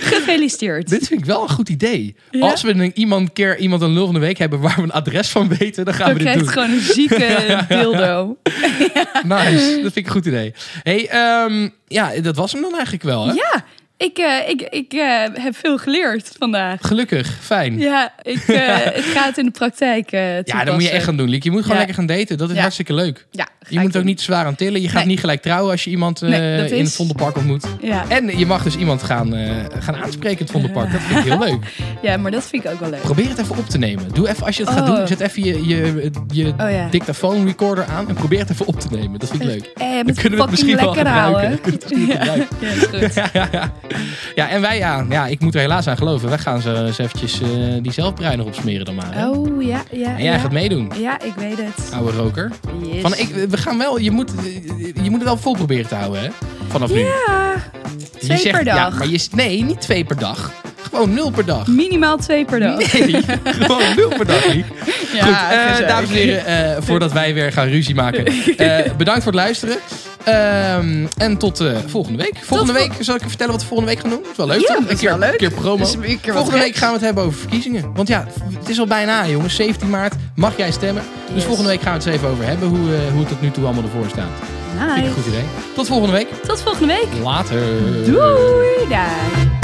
[SPEAKER 2] Gefeliciteerd.
[SPEAKER 1] Dit vind ik wel een goed idee.
[SPEAKER 2] Ja?
[SPEAKER 1] Als we een, iemand keer iemand een lul van de week hebben waar we een adres van weten, dan gaan
[SPEAKER 2] Dan
[SPEAKER 1] we dit
[SPEAKER 2] krijgt
[SPEAKER 1] doen.
[SPEAKER 2] gewoon een
[SPEAKER 1] (laughs)
[SPEAKER 2] zieke dildo.
[SPEAKER 1] Nice, dat vind ik een goed idee. Hey, ehm, ja, dat was hem dan eigenlijk wel. Hè?
[SPEAKER 2] Ja, ik, eh, ik, ik eh, heb veel geleerd vandaag.
[SPEAKER 1] Gelukkig, fijn. Ja,
[SPEAKER 2] Ja, ik, eh,
[SPEAKER 1] (laughs)
[SPEAKER 2] ik ga het in de praktijk eh
[SPEAKER 1] dat moet je
[SPEAKER 2] toepassen.
[SPEAKER 1] echt gaan doen, Liek. Je moet gewoon
[SPEAKER 2] Ja.
[SPEAKER 1] lekker gaan daten. Dat is
[SPEAKER 2] Ja.
[SPEAKER 1] hartstikke leuk.
[SPEAKER 2] Ja, ga
[SPEAKER 1] Je
[SPEAKER 2] ik
[SPEAKER 1] moet ook
[SPEAKER 2] doen.
[SPEAKER 1] niet zwaar aan tillen. Je gaat
[SPEAKER 2] Nee.
[SPEAKER 1] niet gelijk trouwen als je iemand eh,
[SPEAKER 2] Nee, dat
[SPEAKER 1] in het
[SPEAKER 2] is-
[SPEAKER 1] Vondelpark ontmoet.
[SPEAKER 2] Ja.
[SPEAKER 1] En je mag dus iemand gaan, eh, gaan aanspreken in het Vondelpark. Dat vind ik heel leuk.
[SPEAKER 2] ja, maar dat vind ik ook wel leuk.
[SPEAKER 1] Probeer het even op te nemen. Doe even, als je het gaat
[SPEAKER 2] Oh.
[SPEAKER 1] doen, zet even je, je, je
[SPEAKER 2] Oh ja.
[SPEAKER 1] dictafoon recorder aan en probeer het even op te nemen. Dat
[SPEAKER 2] (laughs)
[SPEAKER 1] vind ik leuk.
[SPEAKER 2] Eh, je
[SPEAKER 1] Dan
[SPEAKER 2] moet
[SPEAKER 1] kunnen we het
[SPEAKER 2] fucking
[SPEAKER 1] misschien wel
[SPEAKER 2] lekker houden.
[SPEAKER 1] gebruiken.
[SPEAKER 2] Ja, ja, is
[SPEAKER 1] (laughs)
[SPEAKER 2] goed.
[SPEAKER 1] Ja, ja, ja. ja, en wij aan. Ja, ik moet er helaas aan geloven. Wij gaan ze eens eventjes eh, die zelfbruiner opsmeren dan maar. hè?
[SPEAKER 2] Oh, ja, ja.
[SPEAKER 1] en jij
[SPEAKER 2] ja.
[SPEAKER 1] gaat Oh. meedoen,
[SPEAKER 2] Ja, ik weet het.
[SPEAKER 1] oude roker.
[SPEAKER 2] Yes.
[SPEAKER 1] Van, ik, eh, we gaan wel, je moet, je moet het wel vol proberen te houden, hè? Vanaf nu.
[SPEAKER 2] Ja,
[SPEAKER 1] Je
[SPEAKER 2] twee
[SPEAKER 1] zegt-
[SPEAKER 2] per dag.
[SPEAKER 1] Ja, maar je, nee, niet twee per dag. Gewoon nul per
[SPEAKER 2] (laughs)
[SPEAKER 1] dag.
[SPEAKER 2] Minimaal twee per
[SPEAKER 1] (laughs)
[SPEAKER 2] dag.
[SPEAKER 1] Nee, gewoon nul per dag. Liek.
[SPEAKER 2] Ja,
[SPEAKER 1] Goed,
[SPEAKER 2] het is
[SPEAKER 1] eh,
[SPEAKER 2] ook.
[SPEAKER 1] dames en heren, eh, voordat wij weer gaan ruzie
[SPEAKER 2] (laughs)
[SPEAKER 1] maken. eh, bedankt voor het luisteren. Ehm, en tot eh, volgende week. Volgende
[SPEAKER 2] vol-
[SPEAKER 1] week zal ik je vertellen wat we volgende week gaan doen. Dat is wel leuk,
[SPEAKER 2] Ja,
[SPEAKER 1] toch?
[SPEAKER 2] dat is
[SPEAKER 1] een keer,
[SPEAKER 2] wel leuk.
[SPEAKER 1] een keer promo.
[SPEAKER 2] Dus een keer wat
[SPEAKER 1] volgende week
[SPEAKER 2] geks.
[SPEAKER 1] gaan we het hebben over verkiezingen. Want ja, het is al bijna, jongens. 17 maart mag jij stemmen. Dus
[SPEAKER 2] Yes.
[SPEAKER 1] volgende week gaan we het eens even over hebben. Hoe, eh, hoe het tot nu toe allemaal ervoor staat. Vind ik
[SPEAKER 2] Nice.
[SPEAKER 1] een goed idee. Tot volgende week.
[SPEAKER 2] Tot volgende week.
[SPEAKER 1] Later.
[SPEAKER 2] Doei. Dag.